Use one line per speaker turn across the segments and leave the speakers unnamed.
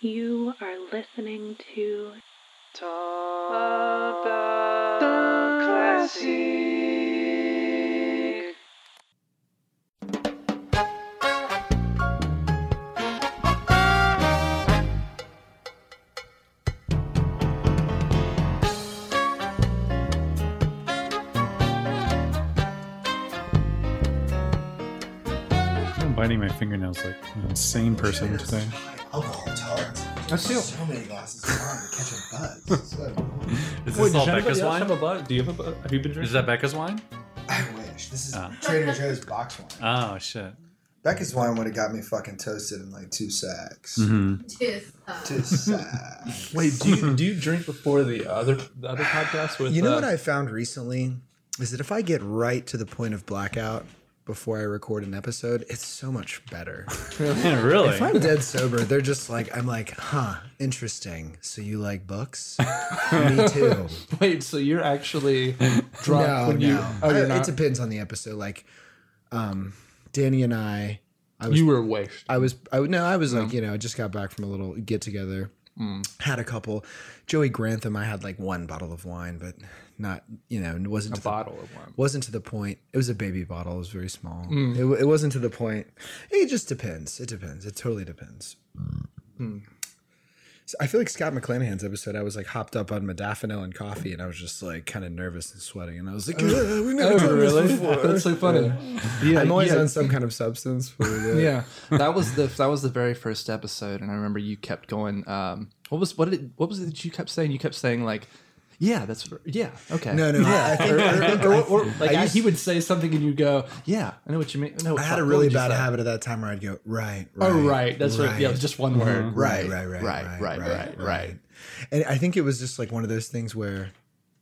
You are listening to
Talk the classic.
I'm biting my fingernails like an insane person
There's
today.
high Alcohol tolerance.
Let's do it.
So many glasses of wine to catch a buzz. It's so annoying.
Is
Wait,
this
does
all
anybody
Becca's
else
wine?
Have a bu- do you have a? bu- Have you been
Is
drinking?
that Becca's wine?
I wish this is
Ah.
Trader Joe's box wine.
Oh shit!
Becca's wine would have got me fucking toasted in like two sacks.
Mhm.
Tis us.
Two sacks.
Wait, do you-
do you drink
Before the other the other podcast with
You know
uh,
what I found recently is that if I get right to the point of blackout before I record an episode, it's so much better.
Yeah, really?
If I'm dead sober, they're just like, I'm like, huh, interesting. So you like books? Me too.
Wait, so you're actually drunk
no,
when
no.
you? Oh,
I-
you're
it
not.
depends on the episode. Like, um, Danny and I, I was,
you were wasted.
I was, I would- no, I was like, you know, I just got back from a little get together.
Mm.
Had a couple. Joey Grantham, I had like one bottle of wine, but not, you know, it wasn't
A
to the-
bottle of wine.
wasn't to the point. It was a baby bottle. It was very small.
Mm.
It, wa- it wasn't to the point. It just depends. It depends. It totally depends.
Mm.
So I feel like Scott McClanahan's episode. I was like hopped up on modafinil and coffee, and I was just like kind of nervous and sweating. And I was like, "Ugh, "We've never done this before."
Oh, That's so funny. Yeah,
I'm always
yeah,
on some kind of substance. For the,
yeah. That was the that was the very first episode, and I remember you kept going. Um, what was what did what was it that you kept saying? You kept saying like, yeah, that's yeah, okay.
No, no. I think- I think-
or, or, or, like
I
I-
used-
he would say something, and you go, yeah, I know what you mean. No,
I had a
what
really
would you
bad
say?
habit at that time where I'd go, "Right, right,
Oh, right. That's right. Yeah,
right, Mm-hmm.
just one word.
right, right, right,
Mm-hmm. right, right, right, right.
And I think it was just like one of those things where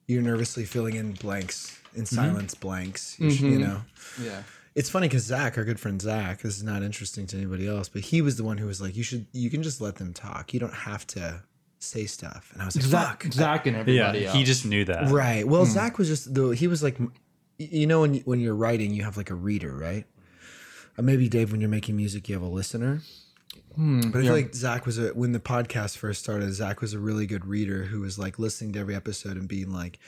you're nervously filling in blanks in silence blanks. You, sh- you know,
Yeah.
it's funny because Zach, our good friend Zach, this is not interesting to anybody else, but he was the one who was like, "You should, you can just let them talk. You don't have to say stuff." And I was like,
Zach,
"Fuck,
Zach, and
yeah,
everybody.
he
else.
just knew that.
right." Well, Zach was just though he was like, y- you know, when you- when you're writing, you have like a reader, right? Or maybe Dave, when you're making music, you have a listener.
Hmm,
But I feel like Zach was a when the podcast first started. Zach was a really good reader who was like listening to every episode and being like,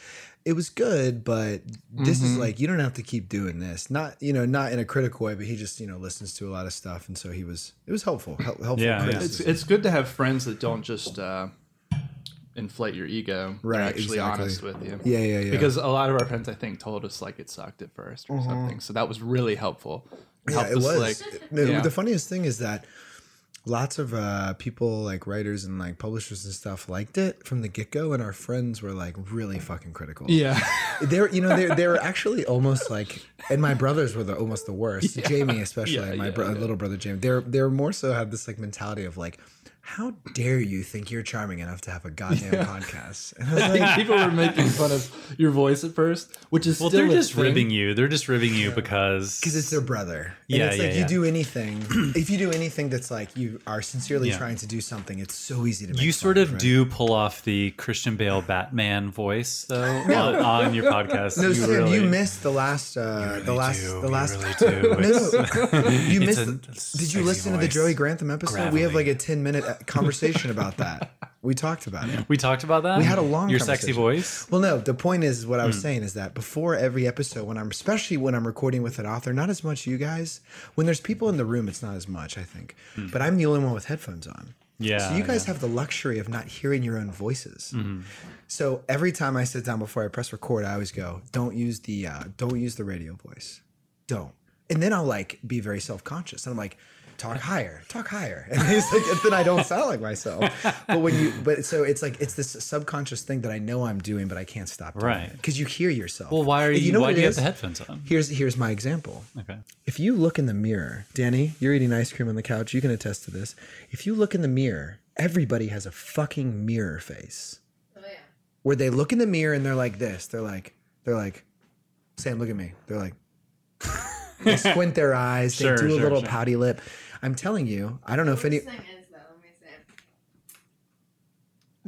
"It was good, but this
Mm-hmm.
is like you don't have to keep doing this." Not you know not in a critical way, but he just you know listens to a lot of stuff, and so he was it was helpful. hel- helpful,
Yeah, yeah.
it's
criticism.
it's good to have friends that don't just uh, inflate your ego. They're
Right,
actually
exactly.
honest with you.
yeah, yeah, yeah.
Because a lot of our friends, I think, told us like it sucked at first or something. So that was really helpful.
Mm-hmm. yeah,
Helped
it
us,
was.
like-
No,
yeah.
The funniest thing is that lots of uh, people like writers and like publishers and stuff liked it from the get go, and our friends were like really fucking critical.
yeah,
They're, you know, they're they're actually almost like, and my brothers were the almost the worst. Jamie, especially
Yeah,
my
yeah,
bro-
yeah.
little brother Jamie. They're they're more so have this like mentality of like, how dare you think you're charming enough to have a goddamn podcast? And I was like,
people were making fun of your voice at first, which is
Well,
still
they're
a
just
thing.
ribbing you. They're just ribbing you because
because it's their brother. And
Yeah,
it's like
yeah,
you
yeah.
do anything. if you do anything that's like you are sincerely
Yeah.
trying to do something, it's so easy to. Make
you
fun
sort of
right?
do pull off the Christian Bale Batman voice though on, on your podcast.
No,
you
Sam,
really,
you missed the last. Uh, the last.
do.
The
You
last.
really do. It's-
no,
it's
you missed.
a
the- did you
sexy
listen to the
voice.
Joey Grantham episode? We have
Gravelly.
like a ten minute uh, conversation about that. We talked about it.
We talked about that.
We had a long
your sexy
conversation.
voice.
Well, no. The point is, what I
Hmm.
was saying is that before every episode, when I'm especially when I'm recording with an author, not as much you guys. When there's people in the room, it's not as much, I think. But I'm the only one with headphones on.
Hmm. Yeah, Mm-hmm.
So you guys have the luxury of not hearing your own voices. So every time I sit down before I press record, I always go, "Don't use the uh, don't use the radio voice, don't." And then I'll like be very self conscious, and I'm like, "Talk higher, talk higher," and it's like, and then I don't sound like myself. But when you, but so it's like it's this subconscious thing that I know I'm doing, but I can't stop, doing
Right.
Because you hear yourself.
Well, why are you?
know
why
what
do
it
you
is?
have the headphones on?
Here's here's my example.
Okay.
If you look in the mirror, Danny, you're eating ice cream on the couch. You can attest to this. If you look in the mirror, everybody has a fucking mirror face
Oh, yeah.
where they look in the mirror and they're like this. They're like, they're like, Sam, look at me. They're like, they squint their eyes. They
Sure,
do a
sure,
little
sure.
pouty lip. I'm telling you, I don't know if any.
Worst thing is, though, let me say it.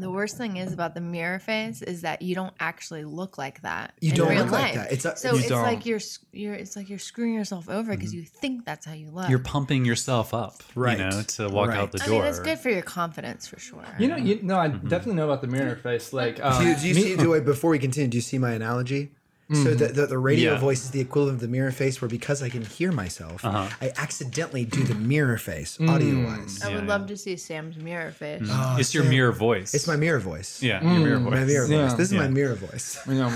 The worst thing is about the mirror phase is that you don't actually look like that.
You
in
don't
real
look like
life.
that. Mm-hmm. It's a,
So
You
it's
don't.
like you're s- you're it's like you're screwing yourself over because you think that's how you look.
You're pumping yourself up,
Right.
You know, to walk out the
I
door.
mean, that's good for your confidence for sure.
You know, you no, I definitely know about the mirror face. Like, um,
Do you, do you
me-
see? Do, wait, before we continue, do you see my analogy? So the, the, the radio
Mm-hmm. Yeah.
voice is the equivalent of the mirror face, where because I can hear myself,
Uh-huh.
I accidentally do the mirror face
Mm.
audio wise.
I would
yeah.
love to see Sam's mirror face.
Mm-hmm.
it's your mirror voice.
Oh, It's my mirror voice.
yeah, your mirror voice.
My mirror
Yeah.
voice. This is my
Yeah.
mirror voice.
you know,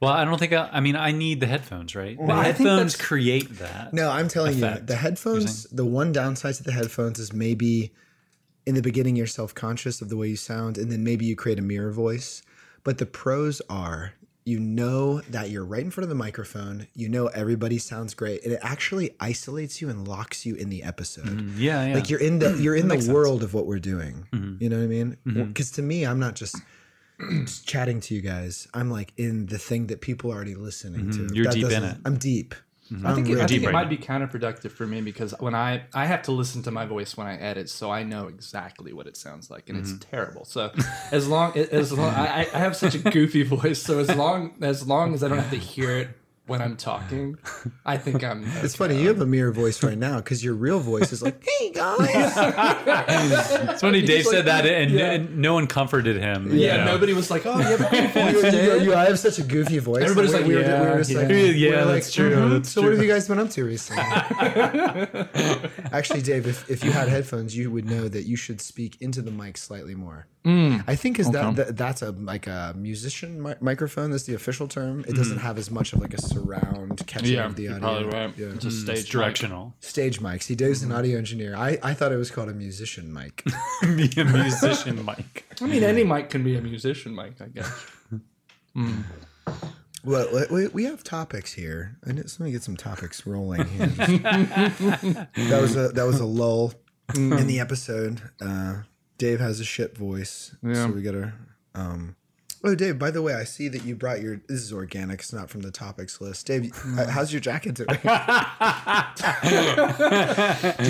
Well, I don't think I, I mean I need the headphones, right? The
I think
headphones
that's-
create that.
No, I'm telling you,
effect.
the headphones. The one downside to the headphones is maybe in the beginning you're self conscious of the way you sound, and then maybe you create a mirror voice. But the pros are you know that you're right in front of the microphone. You know everybody sounds great, and it actually isolates you and locks you in the episode.
Mm, Yeah, Mm-hmm. yeah.
Like you're in the you're in the world of what we're doing.
Mm-hmm.
You know what I mean? Because to me, I'm not just. just chatting to you guys, I'm like in the thing that people are already listening to.
Mm-hmm. You're
That
deep in
doesn't-
it. Mm-hmm.
I'm deep.
I
I'm
think, it, I
real
think
deep
it
right
might
now.
be counterproductive for me because when I I have to listen to my voice when I edit, so I know exactly what it sounds like, and it's terrible. So as long as long I, I have such a goofy voice, so as long as long as I don't have to hear it when I'm talking, I think I'm.
It's funny you have a mirror voice right now because your real voice is like, "Hey guys."
it's funny Dave
like-
said that, and
yeah.
and no one comforted him.
Yeah,
you know?
nobody was like, "Oh, you have a beautiful
You-
voice,
you-
Dave."
you- I have such a goofy voice.
Everybody's like, "Yeah, yeah."
Yeah,
we're "Mm-hmm."
that's true, that's
so what have you guys been up to recently? Actually, Dave, if, if you had headphones, you would know that you should speak into the mic slightly more.
Mm.
I think is that, that that's a like a musician mi- microphone. That's the official term. It doesn't have as much of like a surround catching
Mm. Yeah,
of the
you're
audio.
probably right.
Yeah.
It's a stage
It's
mic.
directional.
Stage mic. See, Dave's an audio engineer. I, I thought it was called a musician mic.
Be a musician, Mike.
I mean, any mic can be a musician mic, I guess.
Well, we- we, we have topics here, and it's, let me get some topics rolling here. that was a that was a lull in the episode. Uh, Dave has a shit voice,
Yeah.
so we gotta. Um, oh, Dave! By the way, I see that you brought your. This is organic. It's not from the topics list. Dave, uh, how's your jacket today? the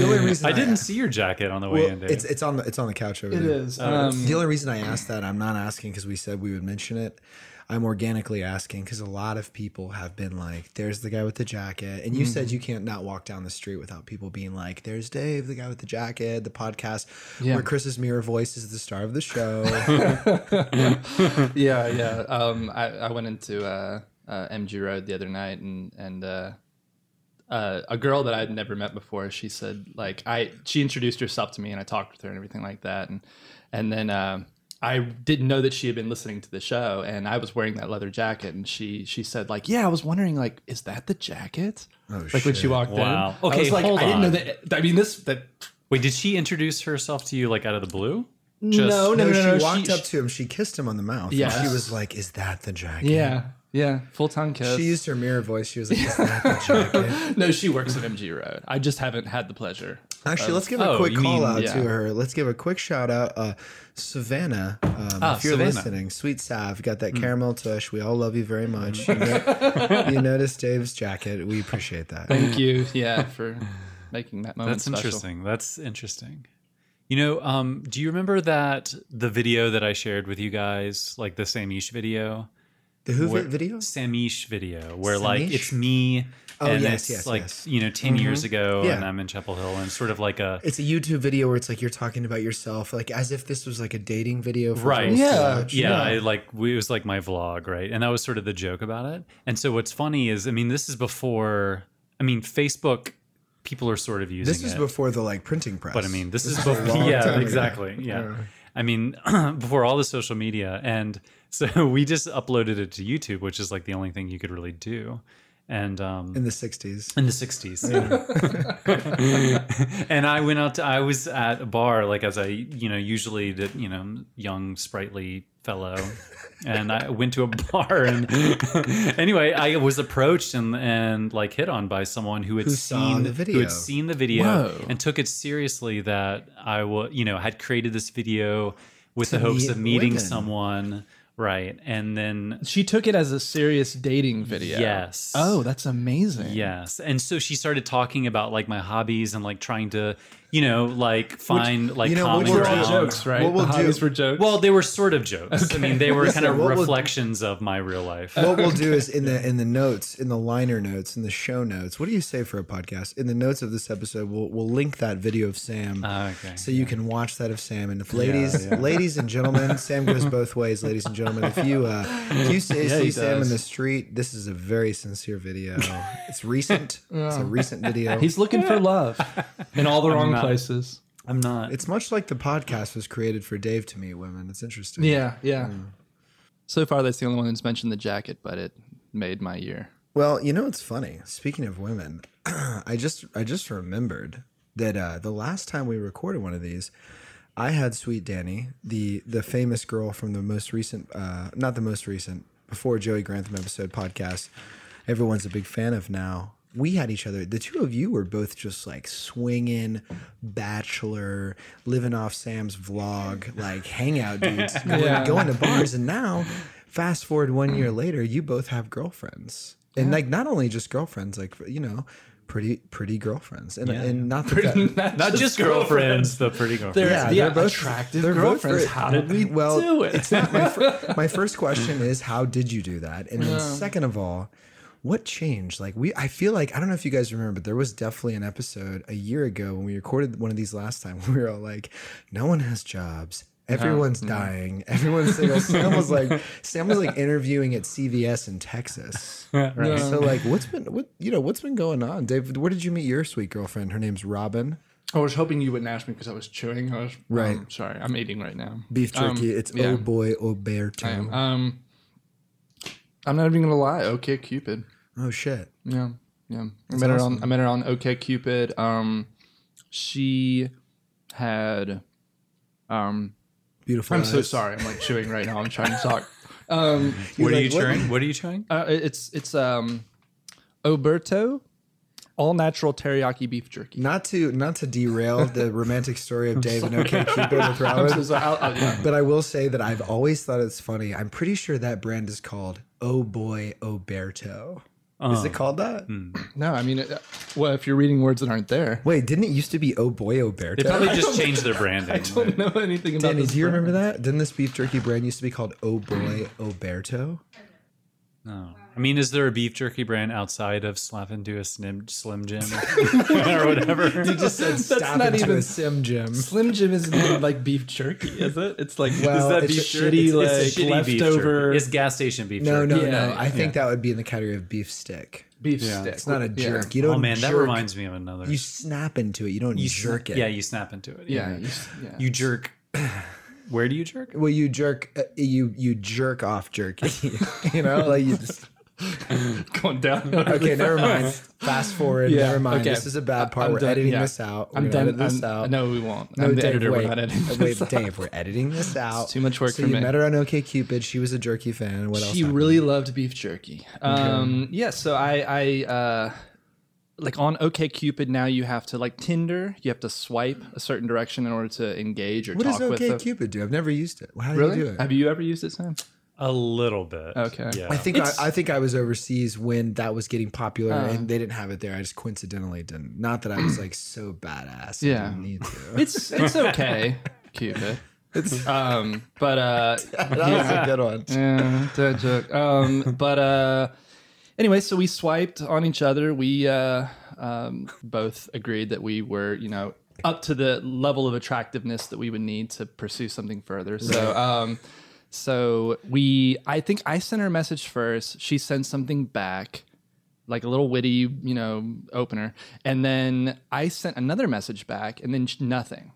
only reason
I didn't see your jacket on the way
Oh, Well,
in, Dave.
it's it's on the it's on the couch over
It
there. Uh,
is. Um,
The only reason I asked that, I'm not asking because we said we would mention it. I'm organically asking because a lot of people have been like, "There's the guy with the jacket," and you
Mm-hmm.
said you can't not walk down the street without people being like, "There's Dave, the guy with the jacket." The podcast
Yeah.
where Chris's mirror voice is the star of the show. Oh,
yeah, yeah. Um, I, I went into uh, uh, MG Road the other night, and and uh, uh, a girl that I'd never met before. She said like I she introduced herself to me, and I talked with her and everything like that, and and then. um I didn't know that she had been listening to the show, and I was wearing that leather jacket. And she she said, like, yeah, I was wondering, like, is that the jacket?
Oh,
like when she
shit.
walked
Wow.
in. I
Okay,
was like,
hold
I didn't know
on.
that. I mean, this that
Wait, did she introduce herself to you like out of the blue?
no, no,
no,
no, no,
she
no,
walked
she-
up to him. She kissed him on the mouth. Yeah,
Yes.
she was like, "Is that the jacket?"
yeah, yeah, full tongue kiss.
She used her mirror voice. She was like, "Is that the jacket?"
No, she works at MG Road. I just haven't had the pleasure.
Actually, let's give
oh,
a quick
you
call
mean-
out
yeah.
to her. Let's give a quick shout out, uh, Savannah. Um, if you're
Ah, Savannah. Hmm.
listening, sweet Sav, got that caramel tush. We all love you very much. You, no- you noticed Dave's jacket. We appreciate that.
Thank you, yeah, for making that moment
That's
special.
interesting. That's interesting. You know, um, do you remember that the video that I shared with you guys, like the Samish video?
The Who
where-
vi- video?
Samish video, where like
Samish?
it's me
Oh,
and
yes,
it's
yes,
like,
yes. Mm-hmm.
you know, 10 years ago
Yeah.
and I'm in Chapel Hill and it's sort of like a,
It's a YouTube video where it's like you're talking about yourself, like as if this was like a dating video. For
Right.
girls to
Yeah.
watch.
yeah, I like we- it was like my vlog, right? And that was sort of the joke about it. And so what's funny is, I mean, this is before, I mean, Facebook, people are sort of using
This was
it.
before the like printing press.
But I mean, this, is
was a
before,
long time
yeah,
ago.
exactly. Yeah. I mean, before all the social media. And so we just uploaded it to YouTube, which is like the only thing you could really do. And, um,
in the '60s.
in the 60s and i went out to i was at a bar like as i you know usually the you know young sprightly fellow and i went to a bar and anyway i was approached and and like hit on by someone who had
Who saw
seen
the
who
video.
had seen the video
Whoa.
and took it seriously that i was you know had created this video with
To
the hopes
meet
of meeting
women.
someone right and then
She took it as a serious dating video.
Yes.
Oh, that's amazing.
Yes. And so she started talking about like my hobbies and like trying to you know, like find like
you know,
common
which were all
ground.
jokes,
right?
What we'll
the
do-
hobbies were jokes.
Well, they were sort of jokes. I mean, they were kind of
What we'll-
reflections of my real life.
what we'll do is in the in the notes, in the liner notes, in the show notes. What do you say for a podcast? In the notes of this episode, we'll we'll link that video of Sam,
Okay.
so you can watch that of Sam. And if ladies, ladies and gentlemen, Sam goes both ways. Ladies and gentlemen, if you uh, if you see,
Yeah,
see
he
Sam in
does.
the street, this is a very sincere video. It's recent. It's a recent video.
He's looking for love in all the wrong
not-
places.
I'm not.
it's much like the podcast was created for Dave to meet women. It's interesting.
Yeah, yeah. So far, that's the only one that's mentioned the jacket, but it made my year.
Well, you know it's funny. Speaking of women, I just I just remembered that uh, the last time we recorded one of these, I had Sweet Danny, the the famous girl from the most recent, uh, not the most recent, before Joey Grantham episode podcast. Everyone's a big fan of now. We had each other. The two of you were both just like swinging, bachelor, living off Sam's vlog, like hangout dudes, going,
Yeah.
going to bars. And now, fast forward one year later, you both have girlfriends, and like not only just girlfriends, like you know, pretty pretty girlfriends, and and not that that,
not just girlfriends, the pretty girlfriends.
yeah, they're both attractive
girlfriends. How did we
well,
do it?
It's not my, fir- my first question is how did you do that? And then second of all, what changed? Like we, I feel like I don't know if you guys remember, but there was definitely an episode a year ago when we recorded one of these last time. We were all like, no one has jobs.
Mm-hmm.
Everyone's dying. Everyone's single. Sam was like, Sam was like interviewing at CVS in Texas. Right. So like, what's been what you know what's been going on, Dave? Where did you meet your sweet girlfriend? Her name's Robin.
I was hoping you wouldn't ask me because I was chewing. I was
Right.
um, sorry, I'm eating right now.
Beef
Um,
jerky. it's
yeah.
oh boy, oh bear
I am.
town.
Um, I'm not even gonna lie. Okay, Cupid.
Oh shit.
Yeah, yeah. I met her on. I met her on OK Cupid. Um, she had. Um,
Beautiful.
I'm so
eyes.
sorry. I'm like chewing right now. I'm trying to talk. Um,
What are
You're
you
like, what?
chewing? What are you chewing?
uh, it- it's it's um, Oberto, all natural teriyaki beef jerky.
Not to not to derail the romantic story of Dave and OK Cupid with Robin,
So I'll- I'll- yeah.
but I will say that I've always thought it's funny. I'm pretty sure that brand is called Oh Boy Oberto. Is it called that?
No, I mean, it, well, if you're reading words that aren't there,
Wait, didn't it used to be Oh Boy
They
Oberto?
probably just changed their branding.
I don't know anything about
Danny,
this
do you
brand.
remember that? Didn't this beef jerky brand used to be called Oh Boy Oberto?
No. Oh. I mean, is there a beef jerky brand outside of Slap into a Slim, slim Jim or whatever?
You just said stop
not
into a
even-
sim gym.
Slim Jim isn't even like beef jerky, is it? It's like
Well,
is that
it's
beef
a-
shitty
it's-
like
It's a shitty beef
leftover
jerky. It's gas station beef
No,
jerky.
no,
Yeah,
no. I think that would be in the category of beef stick.
beef stick?
It's not a
Yeah.
jerk. You don't.
Oh man, that
jerk.
reminds me of another.
You snap into it. You don't
You
jerk
sna-
it.
Yeah, you snap into it.
Yeah, you s- yeah.
You jerk. Where do you jerk?
well you jerk uh, you you jerk off jerky you know like you just
going down.
okay never mind fast forward
Yeah,
never mind
okay.
this is a bad part
I'm
we're
done,
editing
yeah.
this out we're
I'm
gonna
done.
edit this
I'm-
out
No, we won't.
No,
I'm the
Dave,
editor.
wait,
We're not editing.
Uh,
this
wait,
out.
Dave, we're editing this out.
too much work
so
for
you
me.
met her on OKCupid. She was a jerky fan. What else?
She
happened?
really loved beef jerky. Um, yeah, so I, I uh, like on OKCupid now you have to like Tinder, you have to swipe a certain direction in order to engage or
What
talk
does
with. them.
OKCupid do? I've never used it. How do
Really?
you do it?
Have you ever used it, Sam?
A little bit.
Okay.
Yeah.
I think I,
It's- Uh.
I think I was overseas when that was getting popular, and they didn't have it there. I just coincidentally didn't. Not that I was like so badass. I
Yeah.
didn't need to.
It's it's okay, Cupid. It's um, but uh,
that was a good one.
yeah, dad joke. Um, but uh, anyway, so we swiped on each other. We uh, um, both agreed that we were, you know, up to the level of attractiveness that we would need to pursue something further. So, um, so we, I think I sent her a message first. She sent something back. Like a little witty, you know, opener, and then I sent another message back, and then sh- nothing.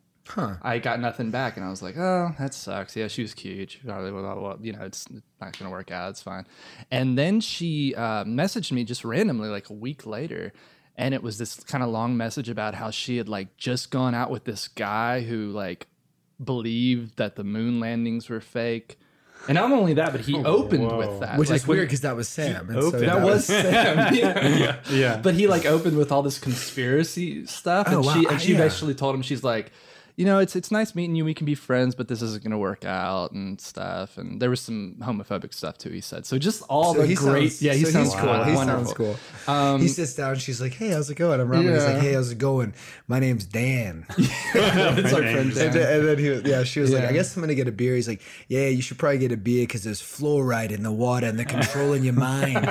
I got nothing back, and I was like, "Oh, that sucks." Yeah, she was cute. She probably, blah, blah, blah. you know, it's not gonna work out. It's fine. And then she uh, messaged me just randomly, like a week later, and it was this kind of long message about how she had like just gone out with this guy who like believed that the moon landings were fake. And not only that, but he opened with that,
Which
Like,
is
when-
weird because that was Sam. and so
opened-
That was Sam. yeah.
Yeah.
But he like opened with all this conspiracy stuff, and
Oh, wow.
she and she
Yeah.
eventually told him she's like, you know, it's it's nice meeting you. We can be friends, but this isn't going to work out and stuff. And there was some homophobic stuff too. He said so. Just all
So
the
he
great.
sounds-
yeah, he
so
sounds
he's
cool.
cool. He sounds
wonderful.
cool.
Um,
he sits down. She's like, "Hey, how's it going?" I'm Robin. He's
Yeah.
like, "Hey, how's it going? My name's Dan."
it's our friend
And
Dan.
then, and then he, was- yeah, she was like,
Yeah.
"I guess I'm gonna get a beer." He's like, "Yeah, you should probably get a beer because there's fluoride in the water and they're controlling your mind."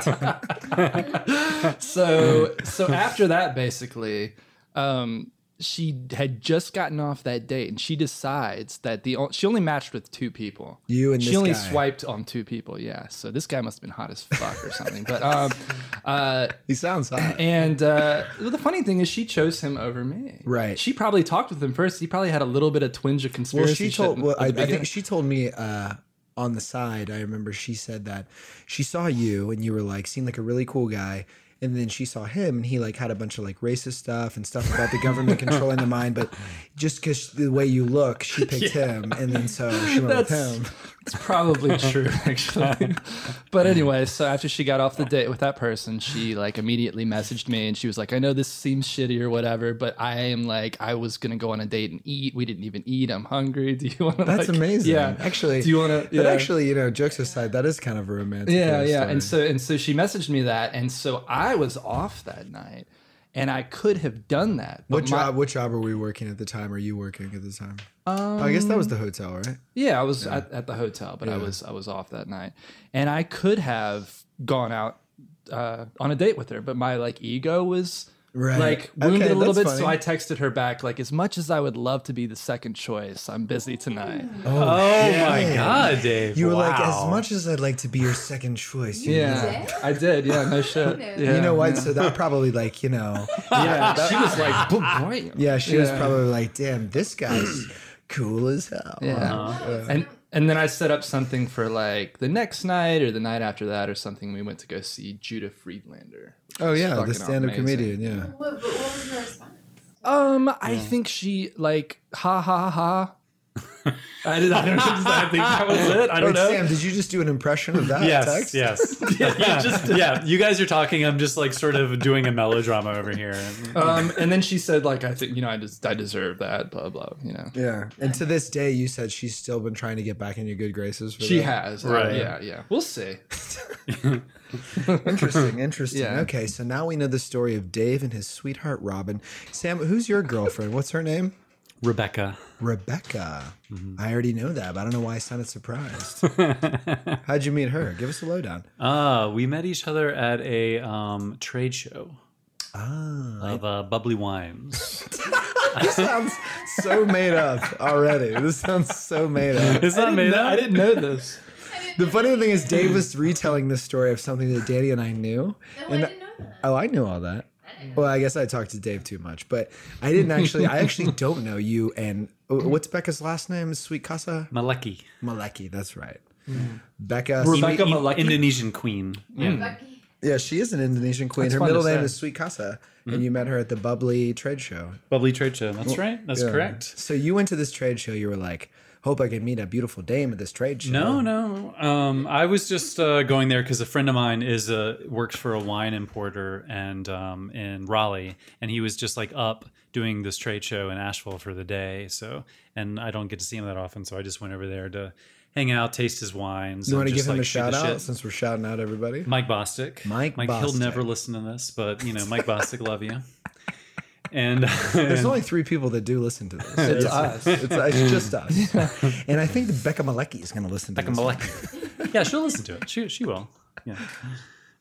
so so after that basically um she had just gotten off that date and she decides that the o- she only matched with two people
You and
she
this
only
guy.
swiped on two people yeah so this guy must have been hot as fuck or something but um uh
he sounds hot.
and uh well, the funny thing is she chose him over me
Right.
she probably talked with him first he probably had a little bit of twinge of
Well,
conspiracy
she told.
shit
Well, I,
at
I
the beginning.
think she told me uh, on the side. I remember she said that she saw you and you were like seemed like a really cool guy, and then she saw him and he like had a bunch of like racist stuff and stuff about the government controlling the mind. But just because the way you look, she picked him, and then so she went
That's-
with him.
It's probably true, actually. but anyway, so after she got off the date with that person, she like immediately messaged me and she was like, I know this seems shitty or whatever, but I am like, I was gonna go on a date and eat. We didn't even eat. I'm hungry. Do you want to?
That's amazing.
Yeah,
actually.
Do you want to?
But actually, you know, jokes aside, that is kind of a romantic.
yeah
love
yeah
story.
and so and so she messaged me that and so i was off that night and i could have done that but
what
my-
job? What job were we working at the time? Are you working at the time? Oh, I guess that was
Um,
the hotel, right?
Yeah, I was At, at the hotel, but I was I was off that night, and I could have gone out uh, on a date with her, but my like ego was
Right.
like
Okay,
wounded a little
that's
bit, so
funny.
I texted her back like, as much as I would love to be the second choice, I'm busy tonight.
Oh
shit.
my god, Dave!
You were like,
Wow.
as much as I'd like to be your second choice. you
Yeah, I did. Yeah, no shit.
No.
Yeah.
You know what? So that probably like you know,
Yeah, she was like, "Boy, boy."
yeah, she was
Yeah.
probably like, damn, this guy's cool as hell. Uh,
Yeah. And and then I set up something for like the next night or the night after that or something. We went to go see Judah Friedlander. which
Oh
was
yeah, the
fucking
stand-up
amazing.
comedian. Yeah.
What, but what was her response?
Um, I think she like ha ha ha. I, did, I don't know. I think that was it. I
Wait,
don't know.
Sam, did you just do an impression of that
Yes,
text?
yes, yeah, you yeah. You guys are talking. I'm just like sort of doing a melodrama over here.
Um, and then she said like I think you know I just I deserve that blah blah you know.
Yeah. And to this day, you said she's still been trying to get back in your good graces. For
She
that.
has Um,
Right.
yeah yeah. We'll see.
Interesting. Interesting.
Yeah.
Okay, so now we know the story of Dave and his sweetheart Robin. Sam, who's your girlfriend? What's her name?
Rebecca.
Rebecca. I already know that, but I don't know why I sounded surprised. How'd you meet her? Give us a lowdown.
Uh, we met each other at a um, trade show
Ah,
of uh, bubbly wines.
this sounds so made up already. This sounds so made up.
Is that made up?
I didn't know this.
The funny thing is, Dave was retelling the story of something that Danny and I knew.
No,
And-
I didn't know that.
Oh, I knew all that. Well, I guess I talked to Dave too much, but I didn't actually. I actually don't know you. And oh, what's Becca's last name? Sweet Casa
Maleki,
Maleki. That's right. Mm. Becca.
Rebecca
In-
Maleki?
Indonesian queen. Yeah.
Lucky.
Yeah, she is an Indonesian queen.
That's
her
fun to
middle name
say.
is Sweet Casa,
Mm-hmm.
and you met her at the Bubbly Trade Show.
Bubbly trade show. That's right. That's
Yeah.
correct.
So you went to this trade show. You were like, "Hope I can meet a beautiful dame at this trade show."
No, no. Um, I was just uh, going there because a friend of mine is a works for a wine importer and um, in Raleigh, and he was just like up doing this trade show in Asheville for the day. So, and I don't get to see him that often, so I just went over there to hang out, taste his wines.
You
and
want to
just,
give him
like,
a
shoot the
shout out
shit.
since we're shouting out everybody?
Mike Bostic.
Mike
Mike, he'll
Bostic.
never listen to this, but you know, Mike Bostic, love you. And
There's only three people that do listen to this.
It's us.
It's, it's just us. and I think Becca Malecki is going to listen to
Becca
this.
Malek. yeah, she'll listen to it. She she will. Yeah.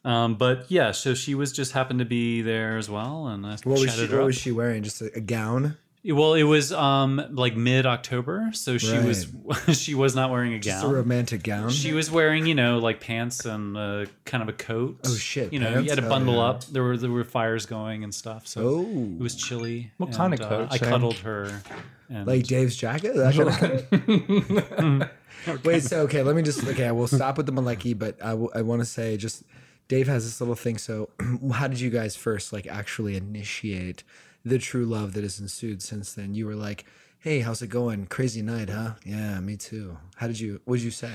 Um, but yeah, so she was just happened to be there as well, and I
What was,
chatted
she,
her
what
up.
was she wearing? Just a, a gown?
Well, it was um like mid October, so she was she was not wearing a
Just a
gown.
romantic gown?
she was wearing you know like pants and uh, kind of a coat.
Oh, shit,
You know,
pants?
you had to
Oh,
bundle
yeah.
up. There were there were fires going and stuff, so
oh.
it was chilly.
What
and,
kind of
uh,
coat,
I
Shane?
cuddled her. And
like Dave's jacket? That kind of Wait, so okay, let me just okay. I will stop with the Malecki, but I want to say just Dave has this little thing. So, how did you guys first like actually initiate the true love that has ensued since then? You were like, "Hey, how's it going? Crazy night, huh? Yeah, me too." How did you? What'd you say?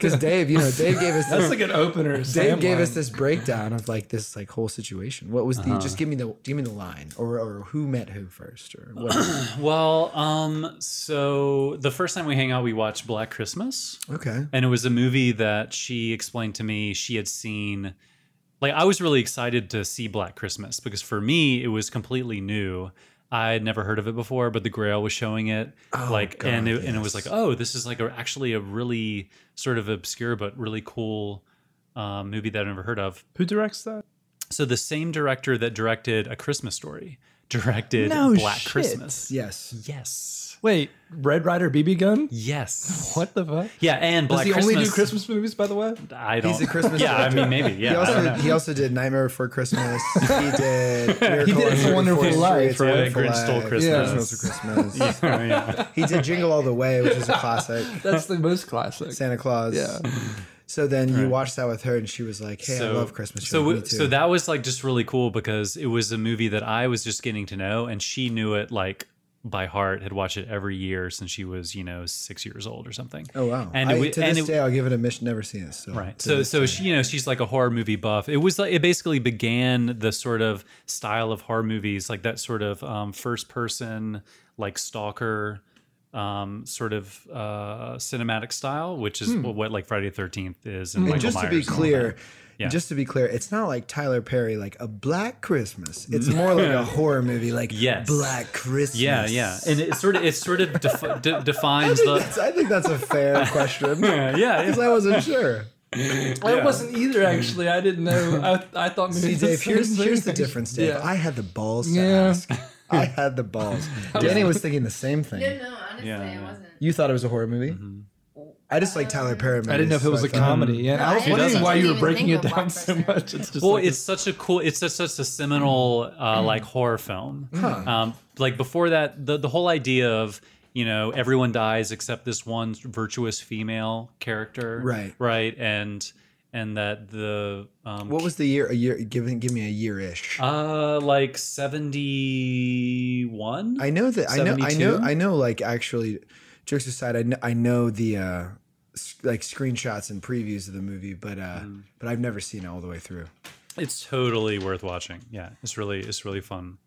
because Dave, you know, Dave gave us
That's
this,
like an opener.
Dave gave us this breakdown of like this like whole situation. What was the
Uh-huh.
just give me the give me the line or or who met who first or what?
Well, um, so the first time we hang out, we watched Black Christmas,
okay,
and it was a movie that she explained to me she had seen. Like, I was really excited to see Black Christmas because for me, it was completely new. I had never heard of it before, but the Grail was showing it, like, and it,
God,
and it was like,
yes.
oh, this is like a, actually a really sort of obscure but really cool um, movie that I've never heard of.
Who directs that?
So the same director that directed A Christmas Story directed
No
Black
shit.
Christmas.
yes,
Yes.
Wait, Red Rider BB gun?
Yes.
What the fuck?
Yeah, and
Does
Black
he
Christmas.
only do Christmas movies, by the way?
I don't.
He's a Christmas
Yeah, I
director.
mean maybe. Yeah, I
he
don't
also
know.
he also did Nightmare Before Christmas. He did Miracle
did
on
It's a
34th
Wonderful
Street,
Life,
It's a
right?
Wonderful
Grinch Stole
Life,
Christmas.
Grinch Stole Christmas.
yeah.
he did Jingle All the Way, which is a classic.
That's the most classic.
Santa Claus.
Yeah.
So then you watched that with her, and she was like, "Hey, I love Christmas."
So,
You're like,
w-
"Me too."
so that was like just really cool because it was a movie that I was just getting to know, and she knew it like by heart. Had watched it every year since she was, you know, six years old or something.
Oh wow!
And
And
it wa-
to
and
this
it-
day, I'll give it a mission. Never seen this. So.
Right. So, so she, you know, she's like a horror movie buff. It was like it basically began the sort of style of horror movies, like that sort of um, first person, like stalker, um, sort of uh, cinematic style, which is what, what like Friday the Thirteenth is. And,
Hmm. And
Michael
just to
Myers
be
and all
clear,
that. Yeah.
just to be clear, it's not like Tyler Perry, like a Black Christmas. It's more like a horror movie, like
Yes.
Black Christmas.
yeah, yeah, and it sort of it sort of defi- de- defines
That's-
the.
I think that's a fair question
Yeah, yeah.
because I wasn't sure.
I wasn't either, actually. I didn't know. I, I thought maybe
See,
it's the
Dave, here's
same
here's the
thing.
difference, Dave.
Yeah.
I had the balls to
Yeah.
ask. I had the balls. Danny was thinking the same thing.
No, no, honestly,
Yeah,
it
yeah.
wasn't.
You thought it was a horror movie. I just like Tyler Perry. Movies,
Mm-hmm. I didn't know if it
so
was
I
a
thought-
comedy. Yeah, I was
He
wondering
doesn't.
why you were
Didn't even
breaking it
think of
down
Black
so
Christmas.
much. It's just
Well,
like
it's such a cool, it's such, such a seminal uh,
Mm.
like horror film.
hmm,
Um, like before that, the the whole idea of you know everyone dies except this one virtuous female character,
Right.
Right, and and that the um,
What was the year? A year? Give give me a year ish.
uh like seventy one?
I know that I know I
72?
know I know like actually jokes aside I know, I know the uh s- like screenshots and previews of the movie but uh
Mm.
but I've never seen it all the way through.
it's totally worth watching. Yeah, it's really it's really fun.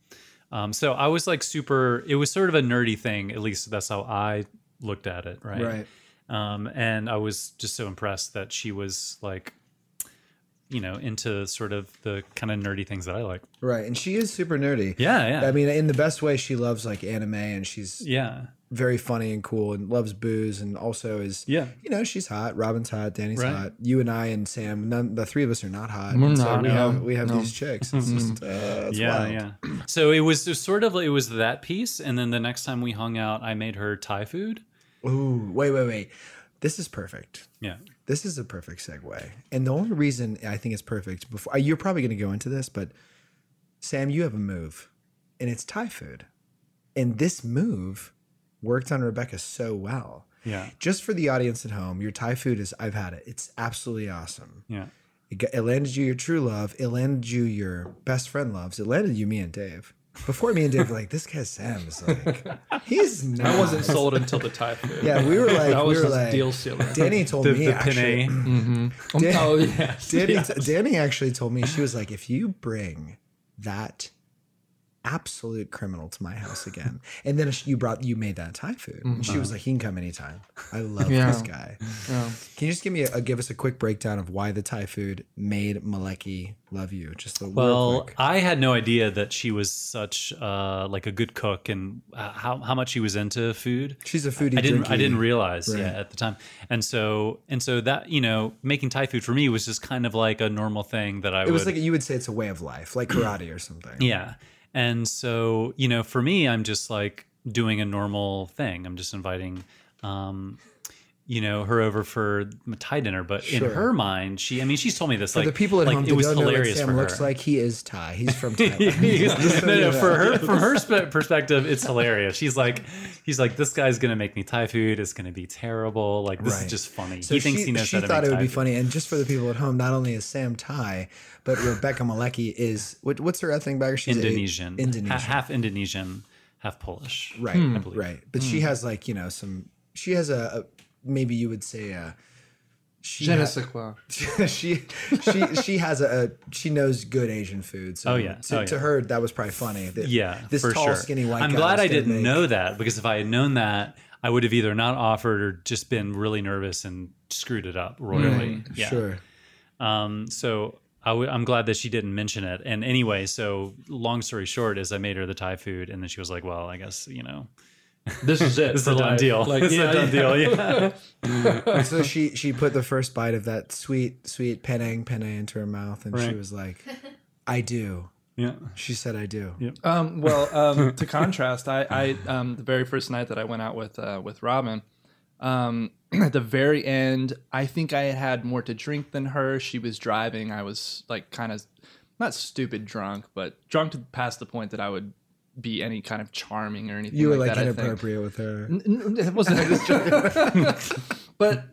Um, so I was like super. It was sort of a nerdy thing, at least that's how I looked at it, right? Um, and I was just so impressed that she was like, you know, into sort of the kind of nerdy things that I like.
Right. And she is super nerdy.
Yeah, yeah,
I mean in the best way she loves like anime and she's
yeah,
very funny and cool and loves booze and also is
yeah.
you know she's hot. Robin's hot. Danny's
Right.
hot. You and I and Sam. None, the three of us are not hot.
We're
And
not,
we
no,
have we have
no.
these chicks. It's just, uh, it's
yeah,
wild.
yeah. So it was just sort of it was that piece, and then the next time we hung out, I made her Thai food.
Ooh, wait, wait, wait. This is perfect.
Yeah,
This is a perfect segue. And the only reason I think it's perfect before you're probably going to go into this, but Sam, you have a move and it's Thai food. And this move worked on Rebecca so well.
yeah,
Just for the audience at home, your Thai food is I've had it. It's absolutely awesome.
yeah.
It, got, it landed you your true love, it landed you your best friend loves. It landed you me and Dave. Before me and Dave were like, this guy Sam is like, he's not.
I wasn't sold until the Thai food.
Yeah, we were like,
that was
we were
just
like,
deal sealer.
Danny told
The,
Oh, me
the
actually,
penne.
Dan-
oh yeah,
Danny, Danny actually told me she was like, if you bring that absolute criminal to my house again, and then you brought you made that Thai food, and she was like, he can come anytime. I love
Mm-hmm. Yeah.
this guy.
Oh.
Can you just give me a, give us a quick breakdown of why the Thai food made Maleki love you? Just the real
Well,
quick.
I had no idea that she was such uh, like a good cook and uh, how how much she was into food.
She's a foodie.
I didn't I
drinky.
didn't realize
Right.
yeah at the time. And so and so that you know making Thai food for me was just kind of like a normal thing that I
It was
would
like you would say it's a way of life, like karate or something.
yeah. And so you know for me I'm just like doing a normal thing. I'm just inviting um you know her over for Thai dinner, but
Sure.
in her mind she I mean she's told me this
For
like
the people at
like
home,
it
who
was
don't know what
hilarious
Sam
for
looks
her.
like he is Thai. He's from Thailand.
He's-
Just so
no,
you
no,
know.
for her, from her spe- perspective, it's hilarious. She's like, he's like, this guy's gonna make me Thai food. It's gonna be terrible. Like this
Right.
is just funny.
So
he thinks
she,
he knows
she
how to
thought
make
it would
Thai
be
food.
funny. And just for the people at home, not only is Sam Thai, but Rebecca Malecki is what, what's her ethnic background? She's a-
Indonesian, Ha-
Indonesian,
half Indonesian, half Polish.
right?
Hmm.
Right. But she has like you know some. She has a, a maybe you would say a. uh, she
Je ne
ha-
sais quoi.
she she she has a, a she knows good Asian food. So
Oh, yeah.
to,
Oh,
to
yeah.
her that was probably funny. that
yeah,
this
for
tall
sure.
skinny white.
I'm
guy
glad
was
I
gonna
didn't
make-
know that because if I had known that, I would have either not offered or just been really nervous and screwed it up royally. Yeah.
Sure.
Um, so i w- I'm glad that she didn't mention it. And anyway, so long story short is I made her the Thai food, and then she was like, "Well, I guess you know,
This is it.
this is
for
a done
life.
deal.
Like,
this
yeah,
is a done
yeah.
deal." Yeah.
so she she put the first bite of that sweet sweet penang penang into her mouth, and she
Right.
was like, "I do."
yeah.
She said, "I do."
Um, well, um, to contrast, I, I um, the very first night that I went out with uh, with Robin, um, at the very end, I think I had had more to drink than her. She was driving. I was like kind of not stupid drunk, but drunk to past the point that I would be any kind of charming or anything.
You were
like,
like
that, I think.
inappropriate with her.
N- n- It wasn't. I just but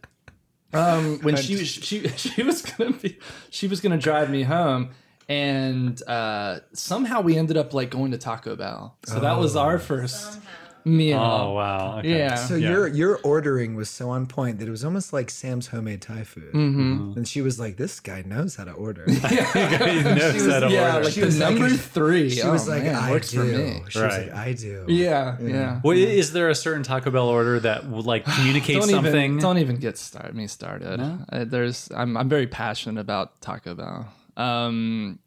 um, when she was she she was gonna be she was gonna drive me home, and uh, somehow we ended up like going to Taco Bell. So that was
Oh.
our first meal.
Oh wow. Okay.
Yeah.
So
Yeah.
your your ordering was so on point that it was almost like Sam's homemade Thai food.
Mhm.
And she was like, "This guy knows how to order."
He knows
was-
how to
yeah,
order.
like
She
the
was like-
number three.
She
Oh,
was like,
man,
"I
works
do."
for me.
She was
Right.
like, "I do."
Yeah, yeah.
Well, i- is there a certain Taco Bell order that would like communicate
Don't
something?
even don't even get start me started. Uh, there's I'm I'm very passionate about Taco Bell. Um,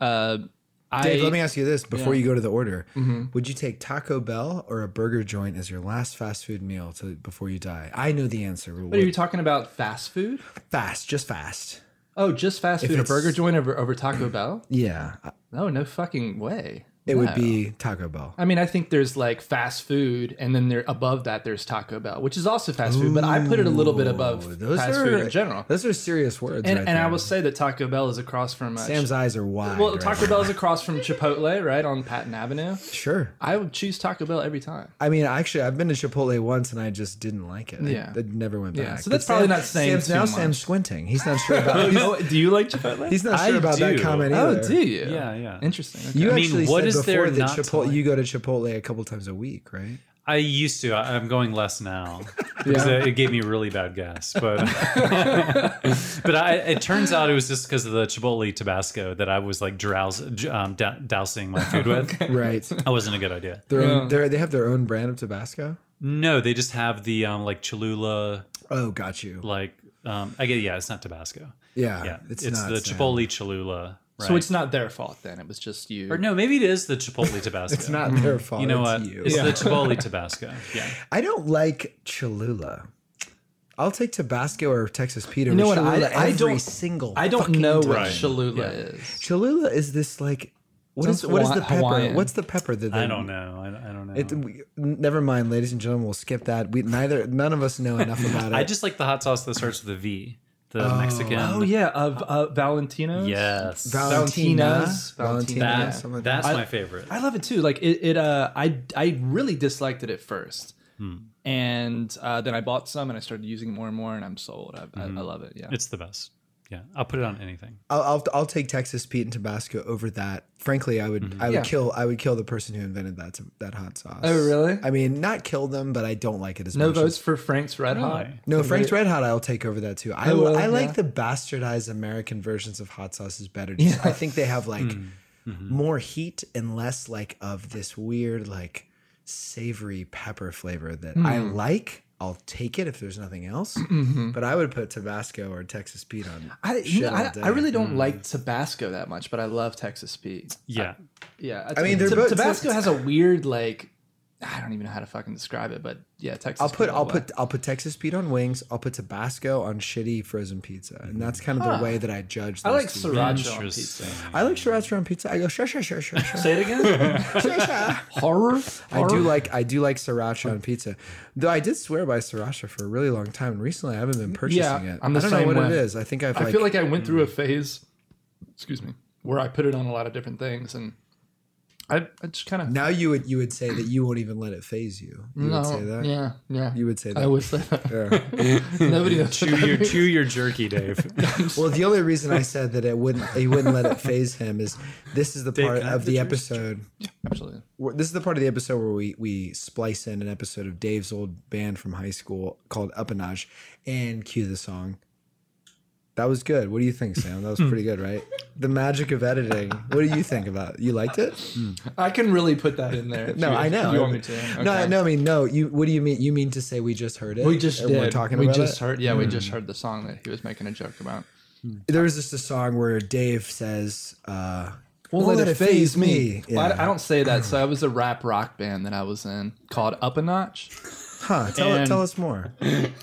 uh,
Dave,
I, Mm-hmm.
let me ask you this before you go to the order: Would you take Taco Bell or a burger joint as your last fast food meal to before you die? I know the answer.
What are you talking about? Fast food?
fast, just fast.
Oh, just fast food, a
it's-
burger joint over, over Taco Bell?
Yeah,
No, no fucking way.
it
No.
would be Taco Bell.
I mean, I think there's like fast food, and then there above that there's Taco Bell, which is also fast food, but I put it a little bit above fast food in general.
Those are serious words,
And,
right
and I
there.
will say that Taco Bell is across from uh,
Sam's eyes are wide.
well,
right
Taco
now.
Bell is across from Chipotle, right on Patton Avenue.
Sure.
I would choose Taco Bell every time.
I mean, actually, I've been to Chipotle once and I just didn't like it. I-
Yeah.
I, never went
Yeah,
back.
so that's probably not saying
Sam's
too
now.
much.
Sam's squinting. He's not sure about. He's,
No, do you like Chipotle?
he's not
I
sure about that
do.
comment
oh,
either.
do you?
Yeah, yeah.
Interesting. Okay.
You
I mean,
actually
what
said
is there
before that
not to
Chipotle,
like?
you go to Chipotle a couple times a week, right?
I used to. I, I'm going less now because it, it gave me really bad gas. But but I, it turns out it was just because of the Chipotle Tabasco that I was like drowse, j- um, dou- dousing my food with.
Right.
That wasn't a good idea.
Their own, their, they have their own brand of Tabasco.
No, they just have the um, like Cholula,
Oh, got you.
like um, I get. Yeah, it's not Tabasco.
Yeah,
Yeah, it's,
not um,
the
Sam.
Chipotle Cholula. Right?
So it's not their fault then. It was just you.
or no, maybe it is the Chipotle Tabasco.
It's not their
Mm-hmm.
fault.
You know
it's
what?
you.
It's the Chipotle Tabasco. Yeah.
I don't like Cholula. I'll take Tabasco or Texas Peter.
You know
but
what? I-
Cholula
I
every
don't-
single.
I don't
fucking
know
time.
what Cholula is.
Cholula is this like what
Sounds
is what is
Hawa-
the pepper?
Hawaiian.
What's the pepper that they,
I don't know. I, I don't know.
It, we, never mind, ladies and gentlemen. We'll skip that. We neither none of us know enough about it.
I just like the hot sauce that starts with a V. The Mexican.
Oh yeah, of uh, Valentino's.
Yes.
Valentina,
Valentina's.
Valentina,
That-
something like
That's
I-
my favorite.
I love it too. Like it, it uh, I I really disliked it at first, and uh, then I bought some and I started using it more and more, and I'm sold. I, I, I love it. Yeah.
It's the best. Yeah. I'll put it on anything.
I'll, I'll I'll take Texas Pete and Tabasco over that. Frankly, I would I would
Yeah.
kill I would kill the person who invented that that hot sauce.
Oh, really?
I mean, not kill them, but I don't like it as
no
much.
votes
As,
for Frank's Red Hot.
Really?
no, Frank's Red Hot. I'll take over that too. I
Oh, really?
I like
Yeah.
the bastardized American versions of hot sauces better. Just, I think they have like
Mm-hmm.
more heat and less like of this weird like savory pepper flavor that I
Mm.
like. I'll take it if there's nothing else, but I would put Tabasco or Texas Pete on.
Mm-hmm. I,
shit
you know,
all
I,
day.
I really don't like Tabasco that much, but I love Texas Pete.
Yeah.
Yeah,
I mean, they're
Tab-
both-
Tabasco
Tab-
has a weird like, I don't even know how to fucking describe it, but yeah, Texas.
I'll put
Pete
I'll
all the way.
put I'll put Texas Pete on wings. I'll put Tabasco on shitty frozen pizza, and that's kind of the way that I judge.
I
those
like
two.
sriracha on pizza.
Interesting.
I like sriracha on pizza. I go sure sure sure sure sure.
Say it again.
sure, sure.
Horror.
I do like I do like sriracha on pizza, though I did swear by sriracha for a really long time. And recently, I haven't been purchasing
Yeah,
it.
I'm the
I don't know
same
what it
way.
is. I think I've
I
like, mm.
feel like I went through a phase, excuse me, where I put it on a lot of different things, and I, I just kind of
now you would you would say that you won't even let it phase you. You would say that.
Yeah, yeah.
You would say that.
I would say that.
Yeah.
Nobody else.
Chew your, chew your jerky, Dave.
Well, the only reason I said that it wouldn't he wouldn't let it phase him is this is the part
can I
of
have
the
the
episode
Absolutely.
we're- this is the part of the episode where we we splice in an episode of Dave's old band from high school called Upanage and cue the song That was good. What do you think, Sam? That was pretty good, right? The magic of editing. What do you think about? You liked it?
I can really put that in there. if
No,
you-
I
if
know.
Mm, You want me to?
No,
Okay.
I- no, I mean, no. You. What do you mean? You mean to say we just heard it?
We just
and
did.
We're talking
we
about
just
it?
heard. Yeah, we just heard the song that he was making a joke about.
There was just a song where Dave says, uh,
Won't
"Won't
let it faze
Yeah.
Well, I, I don't say that. So I was a rap rock band that I was in called Up a Notch.
huh? Tell,
And-
tell us more.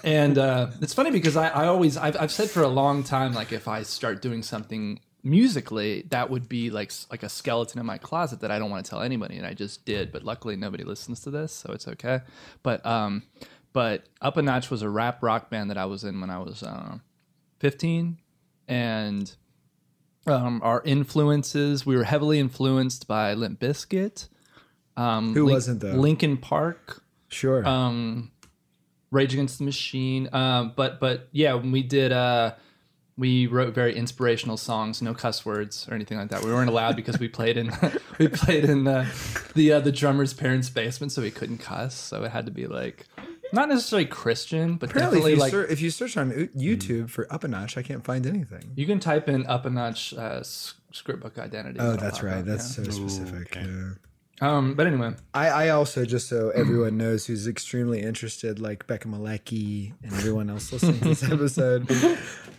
And uh, it's funny because I, I always I've, I've said for a long time like if I start doing something musically that would be like s- like a skeleton in my closet that I don't want to tell anybody and I just did but luckily nobody listens to this so it's okay but um but Up a Notch was a rap rock band that I was in when I was uh, 15 and um, our influences we were heavily influenced by Limp Bizkit um,
Who wasn't, though?
Linkin Park
Sure.
um Rage Against the Machine. Um but but yeah, when we did uh we wrote very inspirational songs, no cuss words or anything like that. We weren't allowed because we played in we played in the the, uh, the drummer's parents' basement, so we couldn't cuss. So it had to be like not necessarily Christian, but
Apparently, if
definitely
you,
like
ser- if you search on U- YouTube for Up a Notch, I can't find anything.
you can type in up a notch uh, s- scriptbook identity.
Oh,
It'll
that's
pop
right.
up,
That's so specific.
specific,
Yeah.
yeah. um. But anyway,
I, I also just so everyone knows who's extremely interested, like Becca Malecki and everyone else listening to this episode.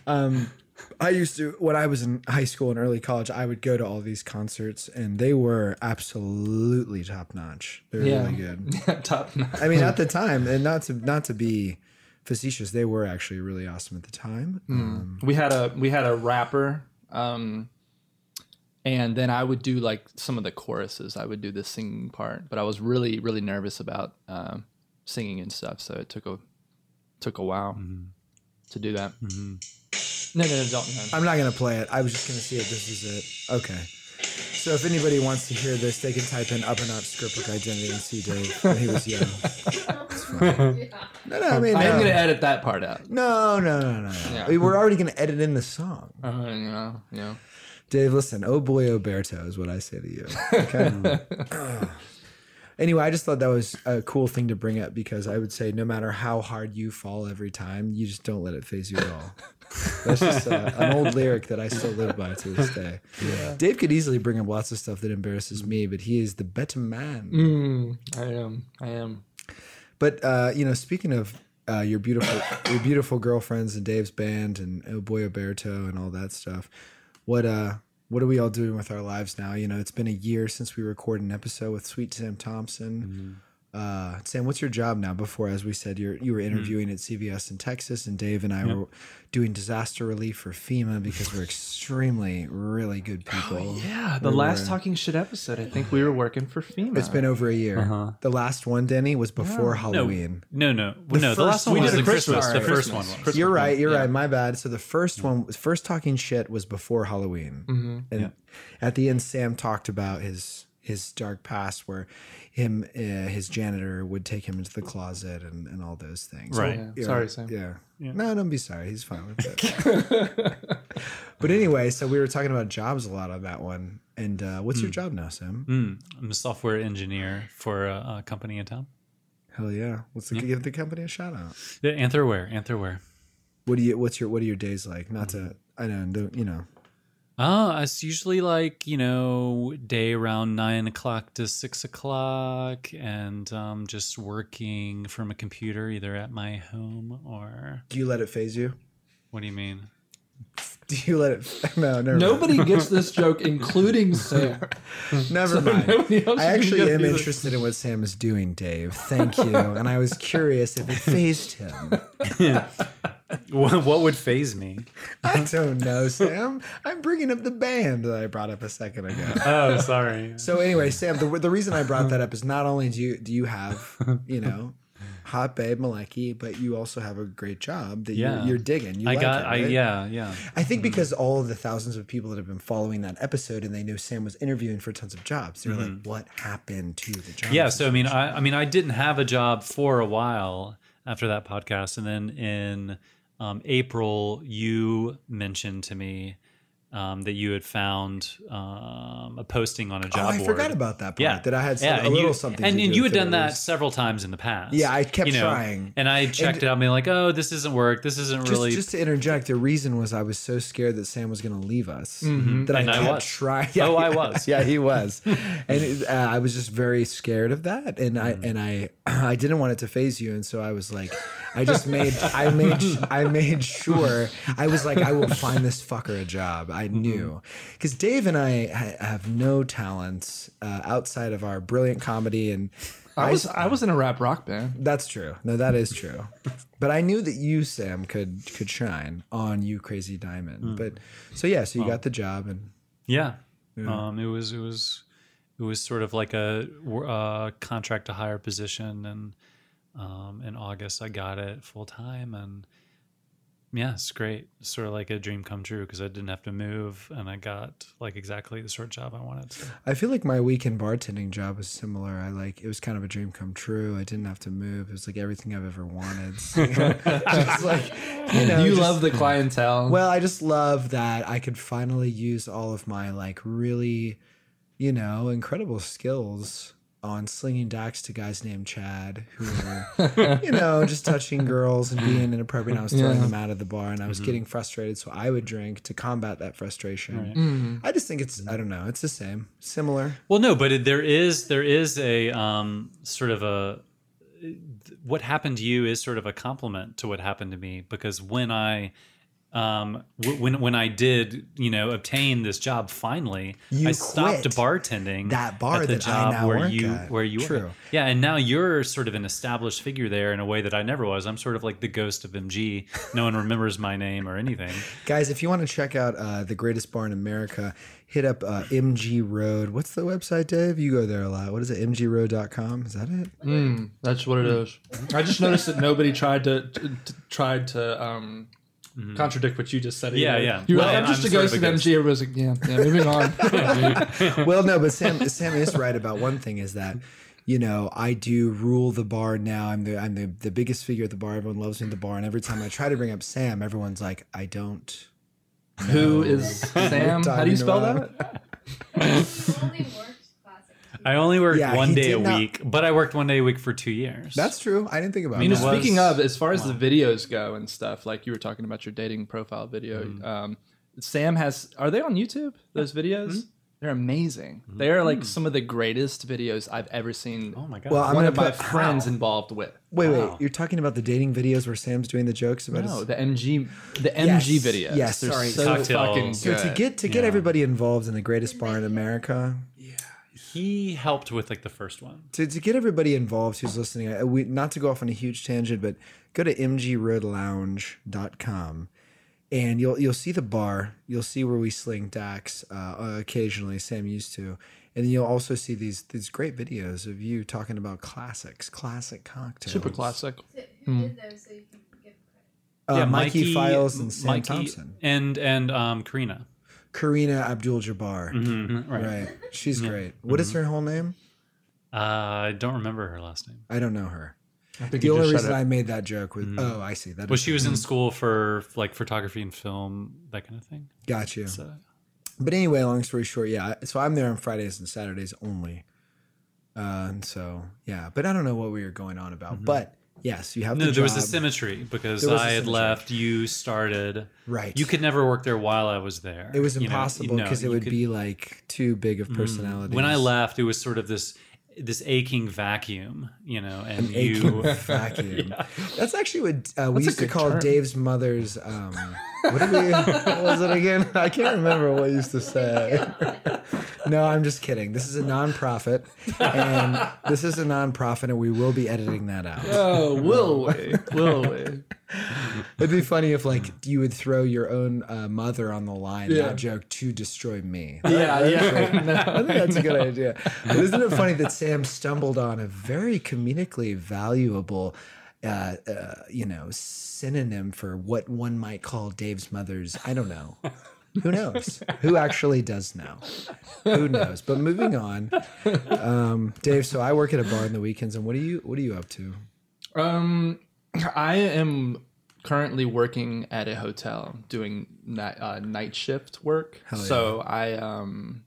Um, I used to when I was in high school and early college, I would go to all these concerts, and they were absolutely top notch. They were
yeah,
really good.
top notch.
I mean, at the time, and not to not to be facetious, they were actually really awesome at the time. Um,
we had a we had a rapper um and then i would do like some of the choruses i would do the singing part but i was really really nervous about um singing and stuff so it took a took a while to do that no no no don't no.
I'm not gonna play it. I was just gonna see if this is it. Okay. So if anybody wants to hear this, they can type in up and up scriptbook identity and see Dave when he was young. It's fine. No, no, I mean,
i'm gonna
no.
edit that part out
no, no, no, no, no.
Yeah.
We We're already gonna edit in the song.
uh, you know, you know.
Dave, listen, oh boy, Oberto is what I say to you. Okay. anyway, I just thought that was a cool thing to bring up because I would say no matter how hard you fall every time, you just don't let it phase you at all. That's just uh, an old lyric that I still live by to this day. Dave could easily bring up lots of stuff that embarrasses me, but he is the better man.
Mm, i am i am
But uh, you know, speaking of uh, your beautiful your beautiful girlfriends and Dave's band and Oh Boy Oberto and all that stuff, what uh what are we all doing with our lives now? You know, it's been a year since we recorded an episode with Sweet Sam Thompson. Uh, Sam, what's your job now? Before, as we said, you you were interviewing at CVS in Texas, and Dave and I were doing disaster relief for FEMA because we're extremely, really good people.
yeah the last talking shit episode i think we were working for fema
It's been over a year. The last one, Denny, was before Halloween.
No, no, well, no. The last
first
one
we
was
did a
in Christmas.
Christmas,
The
right.
first one.
Christmas.
was.
Christmas.
You're right. You're right. My bad. So the first one, was first talking shit was before Halloween,
Mm. Mm-hmm.
and at the end, Sam talked about his his dark past, where him uh, his janitor would take him into the closet and, and all those things.
Right.
Yeah.
Yeah.
sorry sam
Yeah. No, don't be sorry. He's fine with it. but anyway, so we were talking about jobs a lot on that one. And uh, what's your job now, Sam?
Mm, I'm a software engineer for a, a company in town.
Hell yeah! Let's give the company a shout out.
Yeah, Antherware. Antherware.
What do you? What's your? What are your days like? Not to. I know. Don't, you know.
Oh, it's usually like, you know, day around nine o'clock to six o'clock, and um, just working from a computer either at my home or
Do you let it phase you?
what do you mean?
Do you let it? No, never. mind.
nobody gets this joke including sam
Never mind.
nobody else
I
can
actually
get
am
either.
interested in what Sam is doing, Dave. Thank you. And I was curious if it phased him.
What, what would phase me?
I don't know, Sam. I'm bringing up the band that I brought up a second ago.
Oh, sorry.
So anyway, Sam, the, the reason I brought that up is not only do you do you have you know hot babe Maleki, but you also have a great job that
Yeah.
you're, you're digging. You
I
like
got,
it,
I,
right?
yeah, Mm-hmm. yeah.
I think because all of the thousands of people that have been following that episode and they knew Sam was interviewing for tons of jobs, they're like, "What happened to the job?"
Mm-hmm. yeah so i mean I, I mean i didn't have a job for a while after that podcast and then in um, april you mentioned to me um, that you had found um, a posting on a
Oh,
job
I
board.
forgot about that part.
Yeah.
That I had some,
yeah,
a
and
little
you,
something.
And,
to
and
do
you had
with
done
it. It
that
was-
several times in the past.
Yeah, I kept
you know,
trying.
And I checked it out and being like, oh, this isn't work. This isn't
Just,
really.
just to interject, the reason was I was so scared that Sam was going to leave us that
Mm-hmm. And
I
I
kept
was.
trying.
Oh, I was.
yeah, he was, and it, uh, I was just very scared of that, and I
Mm.
and I I didn't want it to phase you, and so I was like, I just made I made I made sure I was like, I will find this fucker a job. I
Mm-hmm.
knew because Dave and I ha- have no talents uh, outside of our brilliant comedy and.
I was I was in a rap rock band.
That's true. No, that is true. but I knew that you, Sam, could could shine on you, Crazy Diamond. But so yeah, so you got the job, and
Yeah. Um, it was it was it was sort of like a uh, contract to hire position, and um, in August I got it full time, and yeah, it's great. Sort of like a dream come true because I didn't have to move, and I got like exactly the sort of job I wanted. So.
I feel like my weekend bartending job was similar. I like it was kind of a dream come true. I didn't have to move. It was like everything I've ever wanted. So, just like you know,
you
just-
love the clientele.
Well, I just love that I could finally use all of my like really, you know, incredible skills on slinging dacks to guys named Chad who were, you know, just touching girls and being inappropriate. And I was throwing them out of the bar and I was getting frustrated. So I would drink to combat that frustration.
Mm,
I just think it's, I don't know, it's the same, similar.
Well, no, but it, there is there is a um, sort of a what happened to you is sort of a compliment to what happened to me because when I um, w- when when I did you know obtain this job finally,
You
I stopped
quit
bartending
that bar
at the
that I
job
now
where
work
you
at.
where you were.
True.
Yeah, and now you're sort of an established figure there in a way that I never was. I'm sort of like the ghost of MG. No one remembers my name or anything.
Guys, if you want to check out uh, the greatest bar in America, hit up uh, MG Road. What's the website, Dave? You go there a lot. What is it? MGRoad.com. Is that it?
Mm, that's what it is. I just noticed that nobody tried to, t- t- tried to um, contradict what you just said.
Mm-hmm. Yeah,
either.
yeah.
You were
Well,
like, I'm
I'm
just a
sort
ghost
of
of
a
MG. Everybody's like, yeah, yeah. Moving on.
well, no, but Sam Sam is right about one thing is that you know I do rule the bar now. I'm the I'm the, the biggest figure at the bar. Everyone loves me at the bar, and every time I try to bring up Sam, everyone's like, I don't.
Who is Sam? How do you spell
Diamond
that?
I only worked
Yeah,
one
he
day a
did not-
week, but I worked one day a week for two years.
That's true. I didn't think about
You know,
that.
was-
speaking of, as far as the videos go and stuff, like you were talking about your dating profile video, um, Sam has. Are they on YouTube? Those videos? They're amazing. They are like some of the greatest videos I've ever seen.
Oh my god.
Well, I'm
one
gonna
of my
put-
friends involved with.
Wait, wait.
Wow.
You're talking about the dating videos where Sam's doing the jokes about
No,
his.
the MG, the
Yes,
MG videos.
yes,
they're
sorry,
so
cocktail.
fucking good.
So
So to get to get
Yeah.
everybody involved in the greatest bar in America,
He helped with like the first one.
to, to get everybody involved who's listening, I- we, not to go off on a huge tangent, but go to mgroadlounge.com and you'll you'll see the bar. You'll see where we sling Dax uh, uh, occasionally. Sam used to, and then you'll also see these these great videos of you talking about classics, classic cocktails,
Super classic.
Uh, Mikey, Files and Sam
Mikey
Thompson,
and and um, Karina.
Karina Abdul Jabbar.
Mm-hmm. right. Mm-hmm.
Right, she's great. What is her whole name?
Uh, I don't remember her last name.
I don't know her.
I think
The
you
only
just shut
reason
it.
I made that joke was oh, I see that.
Mm-hmm. Well,
is-
she was in school for like photography and film, that kind of thing.
got you.
So
But anyway, long story short, yeah. So I'm there on Fridays and Saturdays only. Uh, and so yeah, but I don't know what we were going on about. But yes, you have
Mm-hmm. no,
the
there was a
job.
symmetry because
There was a
I had
symmetry.
left, you started.
Right.
You could never work there while I was there.
It was
you know,
impossible
no,
because
you
it would
could- Mm-hmm.
be like too big of personality.
When I left, it was sort of this this aching vacuum, you know, and
aching
you
vacuum. That's actually what uh, we
a
used to
good
call
term.
Dave's mother's. Um, what, did we, what was it again? I can't remember what we used to say. no, I'm just kidding. This is a nonprofit, and this is a nonprofit, and we will be editing that out.
Oh, will we? Will we?
It'd be funny if like you would throw your own uh, mother on the line
Yeah.
that joke to destroy me.
Yeah, yeah.
I think that's a good idea. But isn't it funny that Sam stumbled on a very comedically valuable, uh, uh, you know, synonym for what one might call Dave's mother's? I don't know. Who knows? Who actually does know? Who knows? But moving on, um, Dave. So I work at a bar on the weekends, and what are you? What are you up to?
Um, I am currently working at a hotel doing night, uh, night shift work.
yeah.
so I um,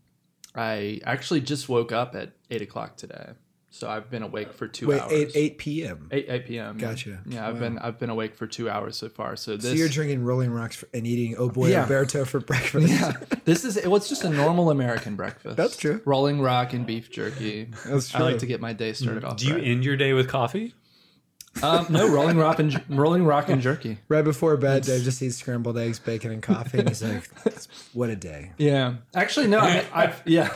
I actually just woke up at eight o'clock today. So I've been awake for two
Wait,
hours.
8, 8 p.m.
8, 8 p.m.
Gotcha.
Yeah, I've been I've been awake for two hours so far. So
So
this
you're drinking Rolling Rocks for, and eating Oh Boy
Yeah.
Alberto for breakfast.
yeah, this is well, it's just a normal American breakfast.
That's true.
Rolling rock and beef jerky.
That's
I like
true.
to get my day started off.
Mm, Do you
right.
end your day with coffee?
Um, no, rolling rock and rolling rock and jerky.
Right before bed, Dave just eats scrambled eggs, bacon, and coffee, and he's like, "What a day!"
Yeah, actually, no. I mean, I've, yeah,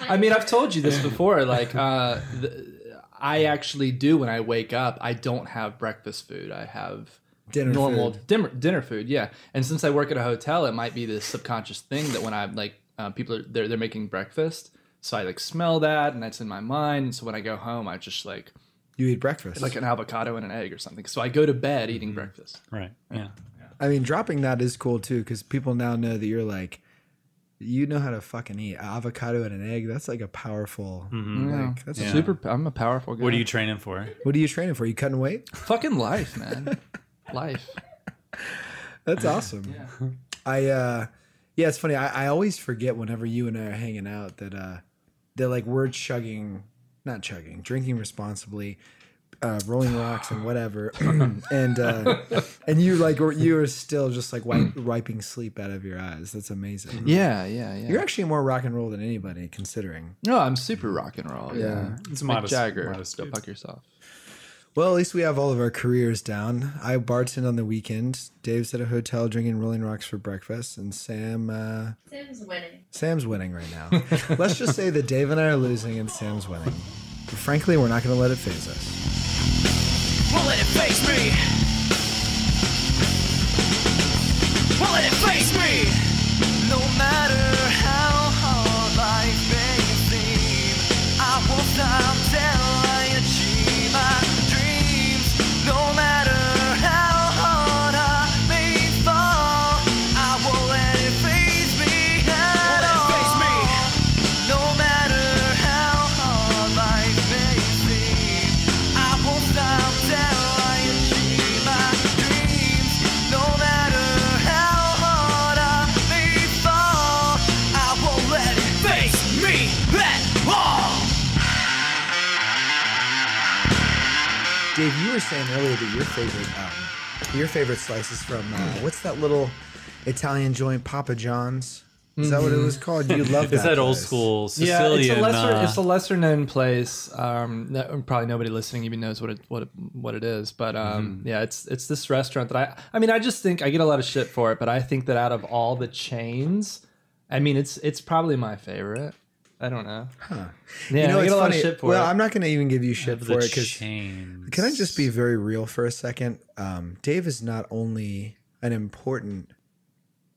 I mean, I've told you this before. Like, uh, the, I actually do when I wake up. I don't have breakfast food. I have
Dinner
normal
food.
dinner dinner food. Yeah, and since I work at a hotel, it might be this subconscious thing that when I'm like, uh, people are they're they're making breakfast, so I like smell that, and that's in my mind. And so when I go home, I just like
You eat breakfast.
like an avocado and an egg or something. Mm-hmm. So I go to bed eating breakfast.
Right. Yeah.
I mean, dropping that is cool too because people now know that you're like, you know how to fucking eat avocado and an egg. That's like a powerful.
Hmm.
Like, that's
Yeah.
Super. I'm a powerful guy.
What are you training for?
What are you training for? You cutting weight?
Fucking life, man. life.
That's awesome. I uh yeah, it's funny. I, I always forget whenever you and I are hanging out that uh that like we're chugging not chugging, drinking responsibly, uh rolling rocks and whatever. and uh and you like were- you are still just like wipe, wiping sleep out of your eyes. That's amazing.
Yeah, yeah, yeah.
You're actually more rock and roll than anybody considering.
no, I'm super rock and roll. Yeah.
It's
Mick
modest.
Jagger.
modest
go
dude.
fuck yourself.
Well, at least we have all of our careers down. I bartend on the weekend. Dave's at a hotel drinking Rolling Rocks for breakfast, and Sam uh,
Tim's winning.
Sam's winning right now. Let's just say that Dave and I are losing and Sam's winning. But frankly, we're not going to let it phase us.
Won't let it face me. Won't let it face me. No matter how hard life may seem, I will stop till I achieve my dreams. No matter how hard I may fall, I won't let it phase me at all. No matter how hard life may seem, I won't stop till I achieve my dreams. No matter how hard I may fall, I won't let it face me at all.
Dave, you were saying earlier that your favorite, um, your favorite slice is from uh, what's that little Italian joint, Papa John's? Is that
Mm-hmm.
what it was called? You love that.
It's that old
place.
school
Yeah,
Sicilian.
it's a lesser,
uh,
it's a lesser known place. Um, no- probably nobody listening even knows what it what it, what it is. But um,
Mm-hmm.
yeah, it's it's this restaurant that I I mean I just think I get a lot of shit for it, but I think that out of all the chains, I mean it's it's probably my favorite. I don't know. Yeah,
You know,
I
it's
get a lot
funny.
of shit for
well,
it.
I'm not going to even give you shit for
the
it because
chains.
Can I just be very real for a second? Um, Dave is not only an important,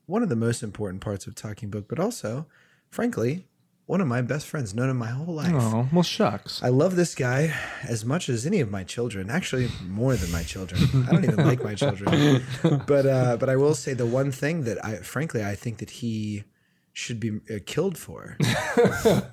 one of the most important parts of Talking Book, but also, frankly, one of my best friends known in my whole life.
oh well, shucks.
I love this guy as much as any of my children. Actually, more than my children. I don't even like my children. But uh, but I will say the one thing that I, frankly, I think that he should be uh, killed for,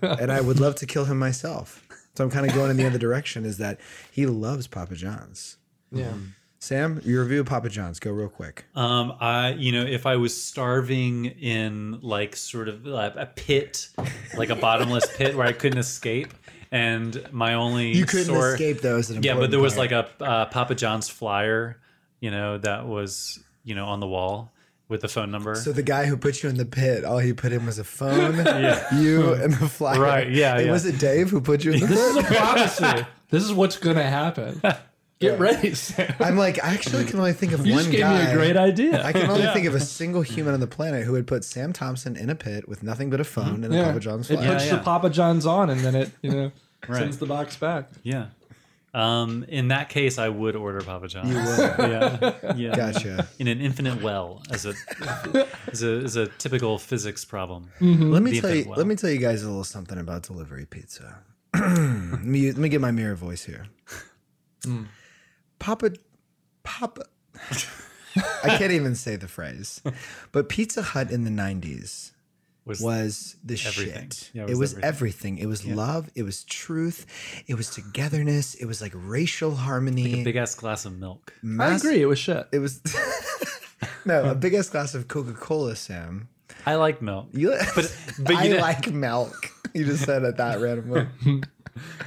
and I would love to kill him myself. So I'm kind of going in the other direction. Is that he loves Papa John's?
Yeah.
Sam, your review of Papa John's. Go real quick.
Um, I, you know, if I was starving in like sort of like a pit, like a bottomless pit where I couldn't escape, and my only
You couldn't
sor-
escape those.
Yeah, but there was like a uh, Papa John's flyer, you know, that was you know on the wall with the phone number.
So the guy who put you in the pit, all he put in was a phone, you, and the flyer.
Right, yeah,
And
yeah.
Was it Dave who put you in the pit?
This is a prophecy. this is what's gonna happen. Get ready, Sam.
I'm like, I actually can only think of
You
one
just gave
guy.
me a great idea.
I can only think of a single human on the planet who would put Sam Thompson in a pit with nothing but a phone and a Papa John's
it
flag.
puts
Yeah,
the
yeah.
Papa John's on, and then it you know
Right.
sends the box back.
yeah. Um, in that case, I would order Papa John's.
You would.
Yeah, yeah.
Gotcha.
In an infinite well, as a as a, as a typical physics problem.
Mm-hmm.
let me
The
tell you.
infinite
Let me tell you guys a little something about delivery pizza. let me let me get my mirror voice here.
Hmm.
Papa, Papa. I can't even say the phrase, but Pizza Hut in the '90s
Was,
was the
everything.
shit.
Yeah,
it
it
was,
was
everything. It was love. It was truth. It was togetherness. It was like racial harmony.
a big ass glass of milk?
I
mass-
agree. It was shit.
It was no a big ass glass of Coca Cola, Sam.
I like milk.
You,
But- but
I
you know-
like milk. You just said it that randomly.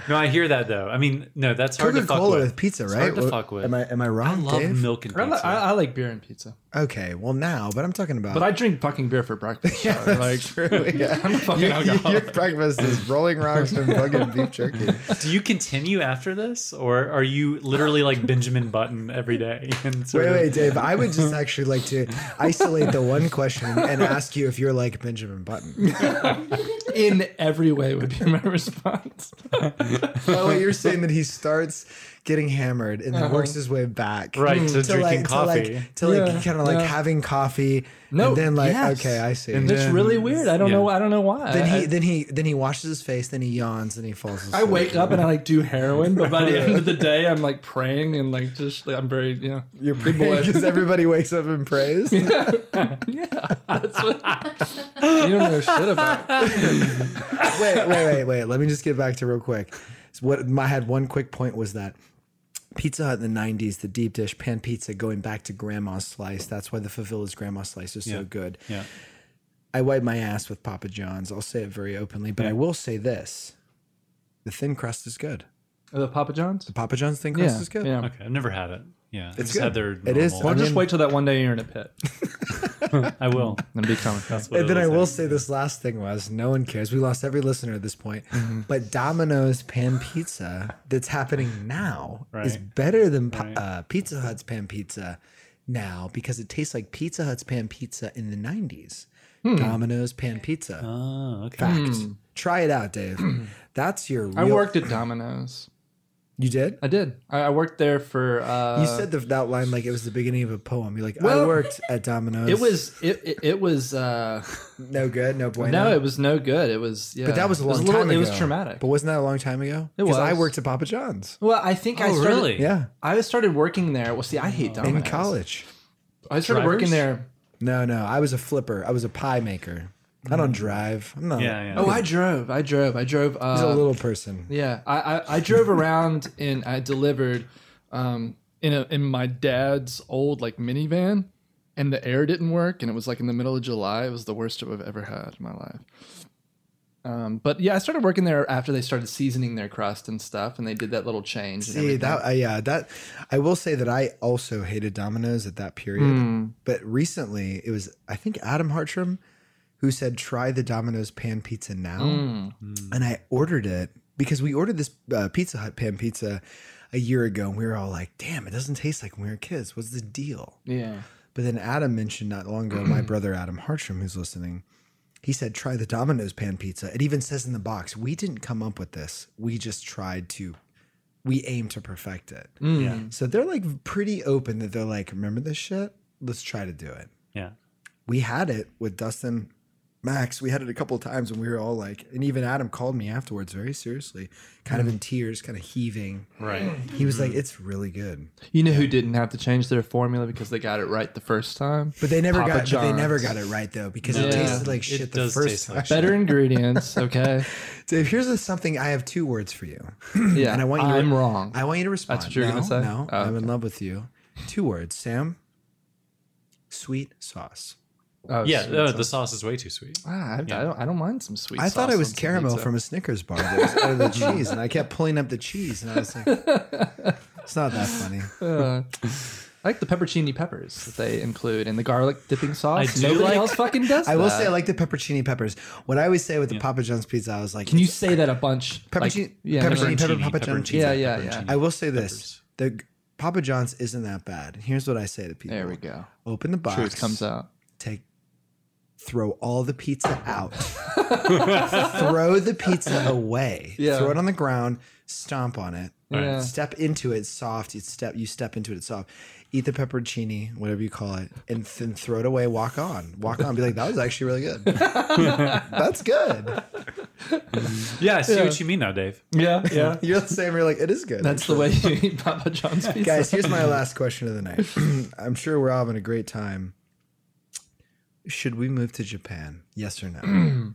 No, I hear that though. I mean, no, that's hard
Coca
to fuck
Cola
with.
with pizza,
It's
right?
hard to
Well,
fuck with.
Am I am I
I
wrong?
love
Dave?
milk and
I, li-
pizza.
I, I like beer and pizza,
Okay, well now, but I'm talking about.
but I drink fucking beer for breakfast.
Oh. yeah,
so,
that's
like,
true. Yeah.
I'm a fucking
You- you- your
alcoholic.
breakfast is Rolling Rocks and fucking beef jerky.
Do you continue after this, or are you literally like Benjamin Button every day? And sort
Wait,
of-
wait, Dave. I would just actually like to isolate the one question and ask you if you're like Benjamin Button.
in every way would be my response.
Oh, wait, you're saying that he starts getting hammered and then
Uh-huh.
works his way back, Mm.
Right, to drinking
to
coffee.
like, to like
Yeah,
kind of like
yeah.
having coffee,
No,
and then like
yes.
okay, I see.
It's really weird. I don't know.
Yeah.
I don't know why.
then
I-
he then he then he washes his face, then he yawns, then he falls. Asleep.
I wake up and I like do heroin, but by the end of the day, I'm like praying and like just like, I'm very you know
You're pretty because everybody wakes up and prays.
that's what you don't know shit about.
wait, wait, wait, wait. Let me just get back to real quick. So what my I had one quick point was that Pizza Hut in the '90s, the deep dish pan pizza, going back to Grandma's slice. That's why the Favelas Grandma slice is so
Yeah.
good.
Yeah.
I wipe my ass with Papa John's. I'll say it very openly, but I will say this: the thin crust is good.
The uh, Papa John's.
The Papa John's thin crust is good.
Yeah.
Okay, I've never had it. Yeah, it's I just
good.
had their.
It is-
Or
normal-
just
mean-
wait till that one day you're in a pit
I will.
and become.
That's what
And then
it'll
I will say this last thing was no one cares. We lost every listener at this point.
Mm-hmm.
But Domino's pan pizza that's happening now is
Right.
better than pa-
Right.
uh, Pizza Hut's pan pizza now because it tastes like Pizza Hut's pan pizza in the 90s.
Hmm.
Domino's pan pizza.
Oh, okay.
Fact. Try it out, Dave. That's your real.
I worked at Domino's.
You did?
I did. I, I worked there for. Uh,
you said the, that line like it was the beginning of a poem. You're like, I
Well-
worked at Domino's.
it was it it, it was uh,
no good, no bueno.
no, it was no good. It was yeah.
but that was a
It
long
a little-
time ago.
It was traumatic.
But wasn't that a long time ago?
It
I
was.
worked at Papa John's.
Well, I think I
Oh,
started,
really? Oh.
Yeah.
I started working there. Well, see, I hate Domino's.
in college.
I started
Drivers?
working there.
No, no, I was a flipper. I was a pie maker. I
Mm.
don't drive. I'm not.
Yeah, yeah.
Oh, I drove. I drove. I drove. Uh,
I was a little person.
Yeah, I, I, I drove around and I delivered um, in a, in my dad's old like minivan, and the air didn't work, and it was like in the middle of July. It was the worst job I've ever had in my life. Um, but yeah, I started working there after they started seasoning their crust and stuff, and they did that little change. and
See
everything.
that? Uh, yeah, that. I will say that I also hated Domino's at that period.
Hmm. Mm.
But recently, it was I think Adam Hartram who said try the Domino's pan pizza now,
Hmm. Mm.
and I ordered it because we ordered this uh, Pizza Hut pan pizza a year ago, and we were all like, "Damn, it doesn't taste like when we were kids. What's the deal?"
yeah,
But then Adam mentioned not long ago, my brother Adam Hartram, who's listening, he said, try the Domino's pan pizza. It even says in the box, we didn't come up with this. We just tried to, we aim to perfect it.
Yeah.
Mm.
So they're like pretty open that they're like, remember this shit? Let's try to do it.
Yeah.
We had it with Dustin Max. We had it a couple of times and we were all like, and even Adam called me afterwards very seriously, kind
Mm.
of in tears, kind of heaving.
Right.
Mm-hmm.
He was like, it's really good.
you know who didn't have to change their formula because they got it right the first time.
But they never
Papa
got but they
John's.
never got it right though because
No.
it tasted like
It
shit the
does
first
taste
time.
like
Better ingredients, okay?
Dave, here's a, something I have two words for you.
Yeah,
And I want you to-
I'm wrong.
I want you to respond.
what you were
no,
gonna say?
No,
Oh,
I'm in
okay.
love with you. Two words, Sam. Sweet sauce.
Oh,
Yeah.
sweet
No,
sauce.
the sauce is way too sweet.
Ah, I, I,
Yeah.
don't, I don't mind some sweet.
I thought
sauce
it
on
was
some
caramel
pizza.
from a Snickers bar that was out of the cheese, and I kept pulling up the cheese, and I was like, "It's not that funny."
Uh, I like the peppercini peppers that they include and the garlic dipping sauce.
I do
Nobody
like-
else fucking does.
I will
that.
say I like the peppercini peppers. What I always say with the Papa John's pizza, I was like,
Can you say that a bunch?
peppercini,
Like, yeah,
peppercini, pepper,
peppercini,
Papa John's
pepperoncini,
pizza.
Yeah, yeah, yeah.
I will say this: the g- Papa John's isn't that bad. Here's what I say to people:
There we go.
Open the box.
Truth comes out.
Take, throw all the pizza out. throw the pizza away.
Yeah.
Throw it on the ground. Stomp on it.
Yeah.
Step into it soft. You step. You step into it soft. Eat the pepperoncini, whatever you call it, and then throw it away. Walk on. Walk on. Be like, that was actually really good. That's good.
Yeah, I see what you mean now, Dave.
Yeah, yeah.
You're the same. You're like, it is good.
That's the way you eat Papa John's pizza.
Guys, here's my last question of the night. I'm sure we're all having a great time. Should we move to Japan? Yes or no?
Hmm.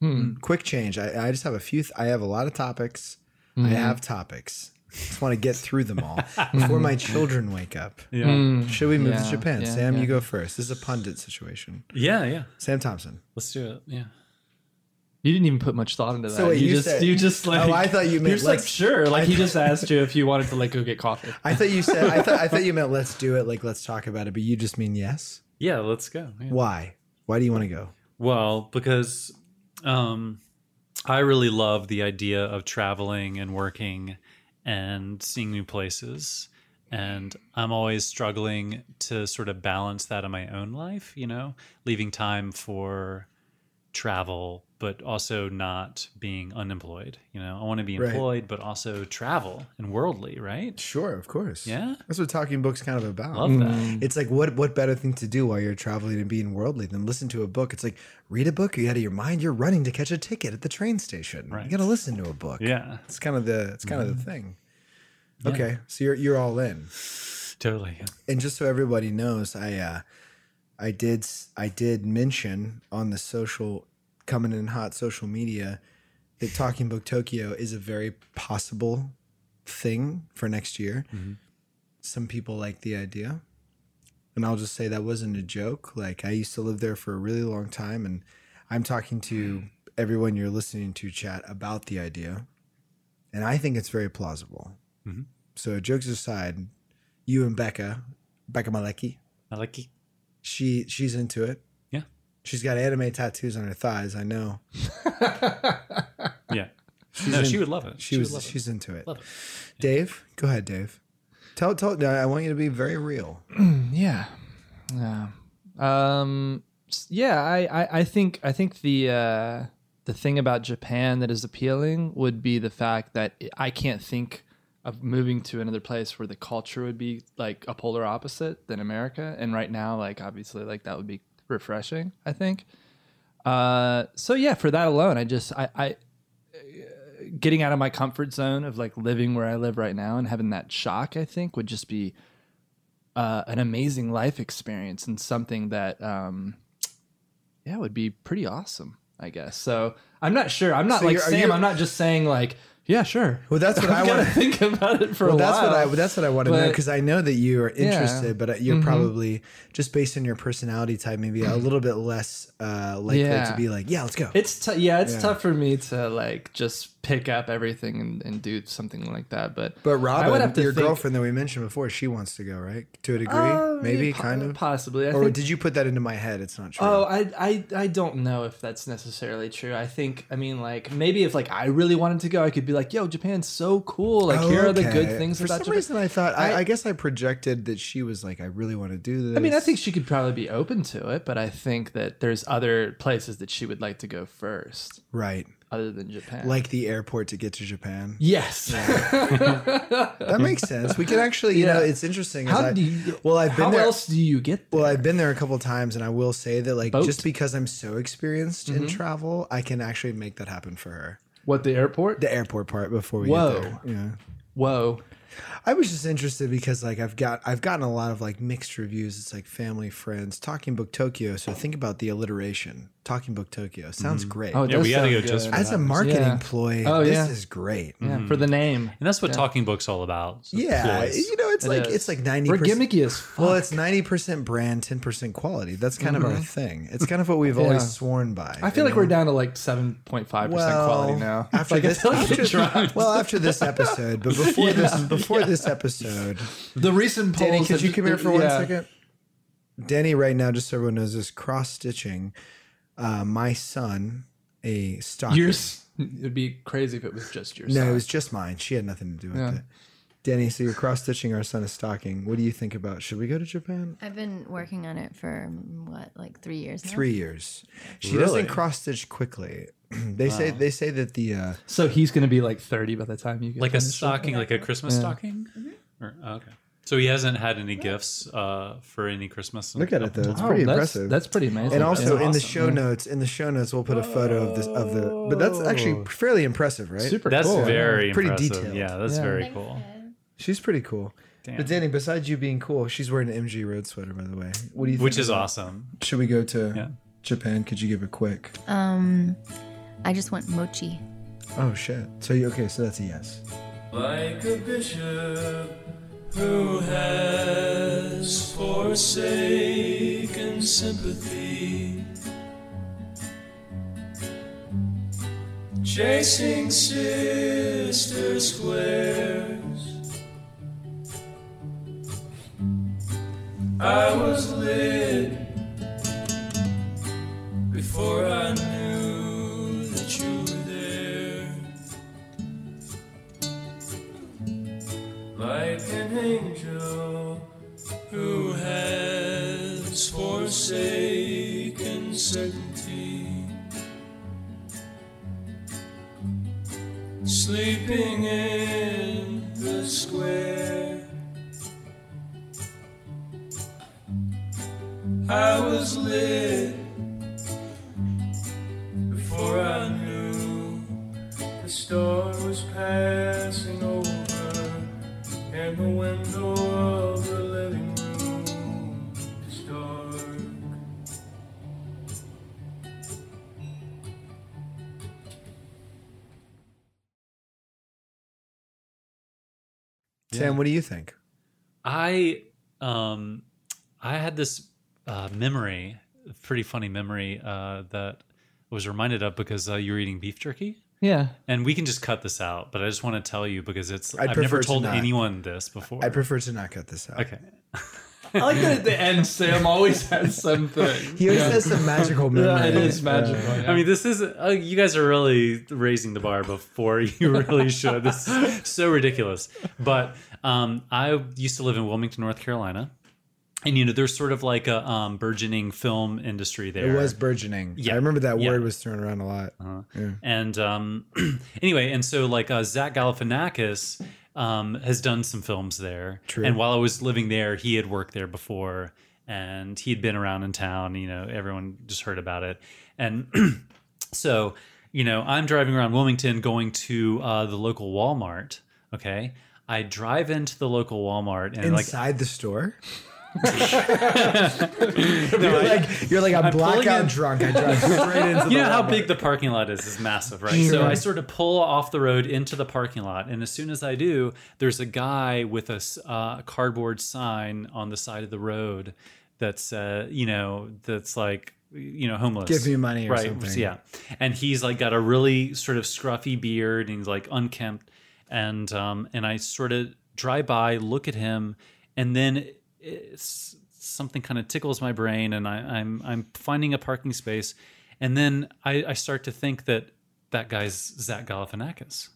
Hmm, Quick change. I, I just have a few. Th- I have a lot of topics.
Mm-hmm.
I have topics. Just want to get through them all before my children wake up.
Yeah.
Mm-hmm. Mm.
Should we move
Yeah,
to Japan?
yeah,
Sam,
yeah.
you go first. This is a pundit situation.
Yeah, yeah.
Sam Thompson.
Let's do it. Yeah.
You didn't even put much thought into that.
So wait,
you,
you
just
said-
you just like
Oh, I thought you meant
you're just like
let's-
sure. Like he just asked you if you wanted to like go get coffee.
I thought you said. I thought. I thought you meant let's do it. Like let's talk about it. But you just mean yes.
Yeah, let's go. Yeah.
Why? Why do you want to go?
Well, because um, I really love the idea of traveling and working and seeing new places. And I'm always struggling to sort of balance that in my own life, you know, leaving time for travel, but also not being unemployed. You know, I want to be
Right.
employed, but also travel and worldly, right?
Sure, of course.
Yeah.
That's what talking books kind of about.
Love
Mm.
that.
It's like what what better thing to do while you're traveling and being worldly than listen to a book? It's like read a book, you out of your mind, you're running to catch a ticket at the train station.
Right.
You gotta listen to a book.
Yeah,
It's kind of the it's kind of
Mm-hmm.
the thing. Okay. So you're you're all in.
totally.
And just so everybody knows, I uh I did s- I did mention on the social coming in hot social media that Talking Book Tokyo is a very possible thing for next year. Some people like the idea. And I'll just say that wasn't a joke. Like I used to live there for a really long time and I'm talking to everyone you're listening to chat about the idea. And I think it's very plausible.
Mhm.
So jokes aside, you and Becca, Becca Maleki,
I like it.
she she's into it.
Yeah.
She's got anime tattoos on her thighs, I know.
Yeah. no, she would love it.
She,
would
was
love it.
she's into it.
Love it.
Dave, go ahead, Dave. Tell tell no, I want you to be very real.
Yeah. Yeah. Um s- yeah, I, I, I think I think the uh the thing about Japan that is appealing would be the fact that I can't think of moving to another place where the culture would be like a polar opposite than America. And right now, like obviously like that would be refreshing, I think. Uh so yeah, for that alone, I just I, I getting out of my comfort zone of like living where I live right now and having that shock, I think would just be uh, an amazing life experience and something that um, yeah would be pretty awesome i guess so i'm not sure i'm not
So
like
you're- are
sam
you-
i'm not just saying like yeah sure
Well, that's what I
i'm gonna
wanna-
think about it for
Well,
a
that's
while
what I that's what I want to know
But-
because I know that you are
Yeah. Mm-hmm.
interested, but uh, you're probably just based on your personality type, maybe a little bit less uh, likely
Yeah.
to be like, yeah, let's go.
It's t- yeah, it's
Yeah.
tough for me to like just pick up everything and, and do something like that. But
But
I would
Robin,
have to
your
think-
girlfriend that we mentioned before, she wants to go, right? To a degree,
Uh,
maybe,
po-
kind of.
possibly. I
or
think-
did you put that into my head? It's not true.
Oh, I, I I don't know if that's necessarily true. I think I mean like maybe if like I really wanted to go, I could be like, yo, Japan's so cool. Like
Oh,
here are the
okay.
good things
For
about
some
Japan.
reason, I thought. I,
I-
I guess I projected that she was like, I really want to do this.
I mean, I think she could probably be open to it, but I think that there's other places that she would like to go first,
right,
other than Japan.
like the airport to get to Japan.
yes,
That makes sense. We can actually, you know,
Yeah.
it's interesting. is
How
I-
do you-
well, I've been
how
there.
else do you get? There?
Well, I've been there a couple of times, and I will say that, like,
Boat? Mm-hmm.
just because I'm so experienced in travel, I can actually make that happen for her.
what the airport?
The airport part before we
Whoa.
get there. Yeah.
Whoa,
I was just interested because like I've got I've gotten a lot of like mixed reviews. It's like family, friends, Talking Book Tokyo. So think about the alliteration. Talking Book Tokyo sounds great.
oh, it
Yeah,
does
we gotta
sound
go just
good.
for
As a marketing
Yeah.
ploy,
Oh,
this
yeah.
is great.
yeah, for the name.
And that's what talking books all about. so
Yeah,
ploys.
you know, it's
It
like
is.
it's like ninety.
We're gimmicky as fuck. Mm-hmm.
Well, it's ninety percent brand, ten percent quality. That's kind of our thing. It's kind of what we've
Yeah.
always sworn by.
I feel like we're down to like seven point five percent quality now.
After
Like, I
this,
feel like it
after,
dropped.
well, after this episode, but before this, before this episode,
the recent polls.
Danny, could
have
you
just-
come here for one
yeah.
second? Danny, right now, just so everyone knows, is cross stitching uh, my son a stocking.
Yours. It'd be crazy if it was just yours.
no, it was just mine. She had nothing to do with
Yeah.
it. Danny, so you're cross stitching our son a stocking. What do you think about? Should we go to Japan?
I've been working on it for mm, what, like three years. now?
Three years. She doesn't cross stitch quickly. they say they say that the uh,
So he's gonna be like thirty by the time you get
like a
finished.
stocking, like a Christmas stocking.
Mm-hmm.
Or, oh, okay. So he hasn't had any gifts uh, for any Christmas.
look at it though. It's
Oh,
pretty
that's,
impressive.
That's pretty amazing.
and also
Yeah.
in the show notes, in the show notes, we'll put a photo of this of the. Oh. But that's actually fairly impressive, right?
super
That's
cool.
very
Pretty
impressive.
detailed.
Yeah, that's
Yeah.
very cool.
She's pretty cool.
Damn.
But Danny, besides you being cool, she's wearing an MG Road sweater, by the way. What do you think?
which is
about-
awesome.
Should we go to
Yeah.
Japan? Could you give a quick?
Um, I just want mochi.
Oh shit. So you okay? So that's a yes.
Like a bishop who has forsaken sympathy, chasing sister squares. I was lit before I knew that you were there. like an angel who has forsaken certainty, sleeping in the square. I was lit before I knew the storm was passing over, and the window of the living room is dark.
Sam, what do you think?
I um I had this uh, memory, a pretty funny memory uh, that I was reminded of because uh, you were eating beef jerky.
Yeah.
And we can just cut this out, but I just want to tell you because it's
I'd
i have never
prefer to
told
not.
anyone this before.
I prefer to not cut this out.
okay.
I like that at the end, Sam always has something.
He always has some magical memory. Uh,
Yeah, it is magical. yeah.
I mean, this is uh, you guys are really raising the bar before you really should. This is so ridiculous. But um, I used to live in Wilmington, North Carolina, and you know, there's sort of like a um, burgeoning film industry there.
It was burgeoning.
Yeah.
I remember that
Yeah. Uh-huh.
word was thrown around a lot.
And um, anyway, and so like uh, Zach Galifianakis um, has done some films there.
True.
And while I was living there, he had worked there before, and he'd been around in town. You know, everyone just heard about it, and so you know, I'm driving around Wilmington, going to uh, the local Walmart. Okay. I drive into the local Walmart and like
Inside the store. you're like you're like I'm,
I'm pulling
blackout
in-
drunk. I drive straight into the
you know how
Walmart.
big the parking lot is it's massive right so i sort of pull off the road into the parking lot and as soon as i do there's a guy with a s- uh, cardboard sign on the side of the road that's uh, you know that's like you know homeless
Give me money or
right
something.
yeah and he's like got a really sort of scruffy beard and he's like unkempt and um and i sort of drive by look at him and then eh, it's, something kind of tickles my brain and I, i'm i'm finding a parking space and then I, I start to think that that guy's Zach Galifianakis.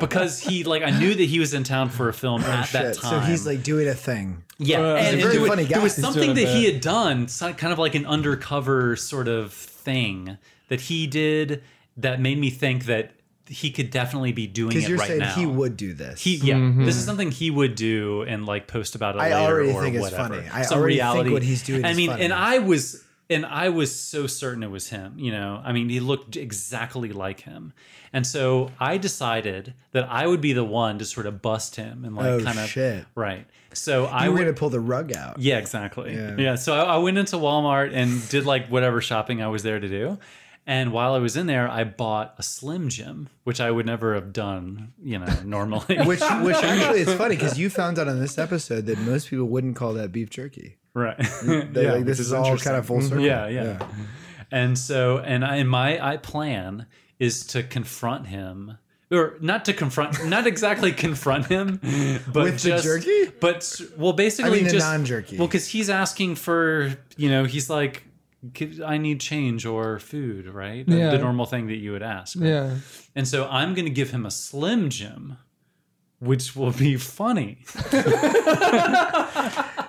because he like I knew that he was in town for a film at that
Ah, Shit.
time.
So he's like doing a thing.
yeah,
he's a
and,
very
there, was-
funny guy.
there was
He's
something
doing
that
a
he
bit.
had done, so- kind of like an undercover sort of thing that he did that made me think that he could definitely be doing
Because
it
you're
right
saying
now.
he would do this.
He yeah, this is something he would do and like post about it
I
later
already
or
think it's
whatever.
funny. I
Some
already think
reality.
what he's doing
I
is
mean,
funny.
and I was and I was so certain it was him. You know, I mean, he looked exactly like him, and so I decided that I would be the one to sort of bust him and like
Oh,
kind of
shit.
right. So I
you were
would.
gonna pull the rug out.
Yeah, exactly.
Yeah.
Yeah. So I, I went into Walmart and did like whatever shopping I was there to do. And while I was in there, I bought a Slim Jim, which I would never have done, you know, normally.
Which which actually it's funny because you found out on this episode that most people wouldn't call that beef jerky.
right.
They,
Yeah,
like,
which
this is, all
interesting. Mm-hmm.
kind of full circle.
Yeah, yeah. And so, and I, and my I plan is to confront him, or not to confront, not exactly confront him, but
With the
just,
jerky?
But s- well, basically
the
just
non-jerky.
Well, because he's asking for, you know, he's like, "Give- I need change or food, right? The-
Yeah.
The normal thing that you would ask. right?
yeah.
And so I'm going to give him a Slim Jim, which will be funny.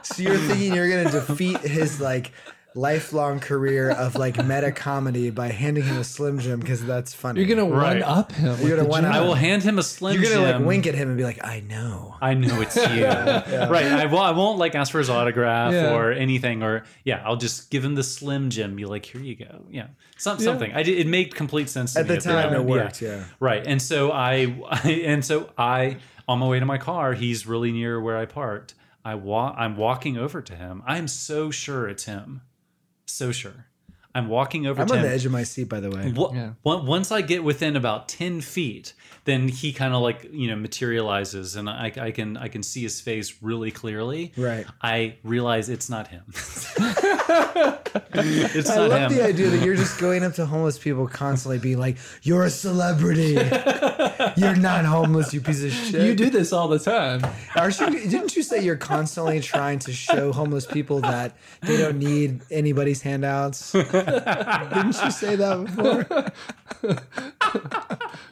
So you're thinking you're gonna defeat his like lifelong career of like meta comedy by handing him a Slim Jim because that's funny.
You're gonna
Right.
one up him. with
You're gonna
the
one
gym.
I
up.
will hand him a Slim
You're gonna
Jim.
like wink at him and be like, I know.
I know it's you. Right. I, well, I won't like ask for his autograph
Yeah.
or anything or yeah, I'll just give him the slim Jim. Be like, here you go. Yeah. Some,
Yeah.
Something. I did, it made complete sense to
At
me
the time, it
moment.
worked. Yeah.
Right. And so I, I and so I On my way to my car, he's really near where I parked. I wa- I'm walking over to him. I'm so sure it's him. So sure. I'm walking over
I'm
to
on
him.
the edge of my seat, by the way.
Wo-
Yeah.
on- Once I get within about ten feet, then he kind of like you know materializes, and I, I can I can see his face really clearly.
Right.
I realize it's not him. it's
I
not
love
him.
the idea that you're just going up to homeless people constantly being like, You're a celebrity. you're not homeless, you piece of shit.
You do this all the time.
Aren't you- didn't you say you're constantly trying to show homeless people that they don't need anybody's handouts? didn't you say that before?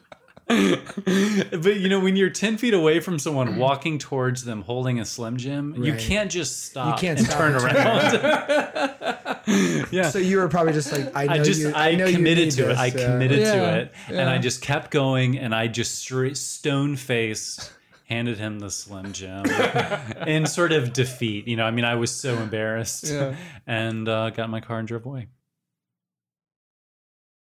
But you know, when you're ten feet away from someone walking towards them holding a Slim Jim, you
Right.
can't just stop
can't
and
stop
turn
and turn
around. yeah.
So you were probably just like, I know
I just
you.
I,
know you
committed
need
to it.
this, uh,
I
yeah.
committed
Yeah,
to it, and I just kept going, and I just straight stone face handed him the slim jim in sort of defeat. You know, I mean, I was so embarrassed,
Yeah.
and uh, got in my car and drove away.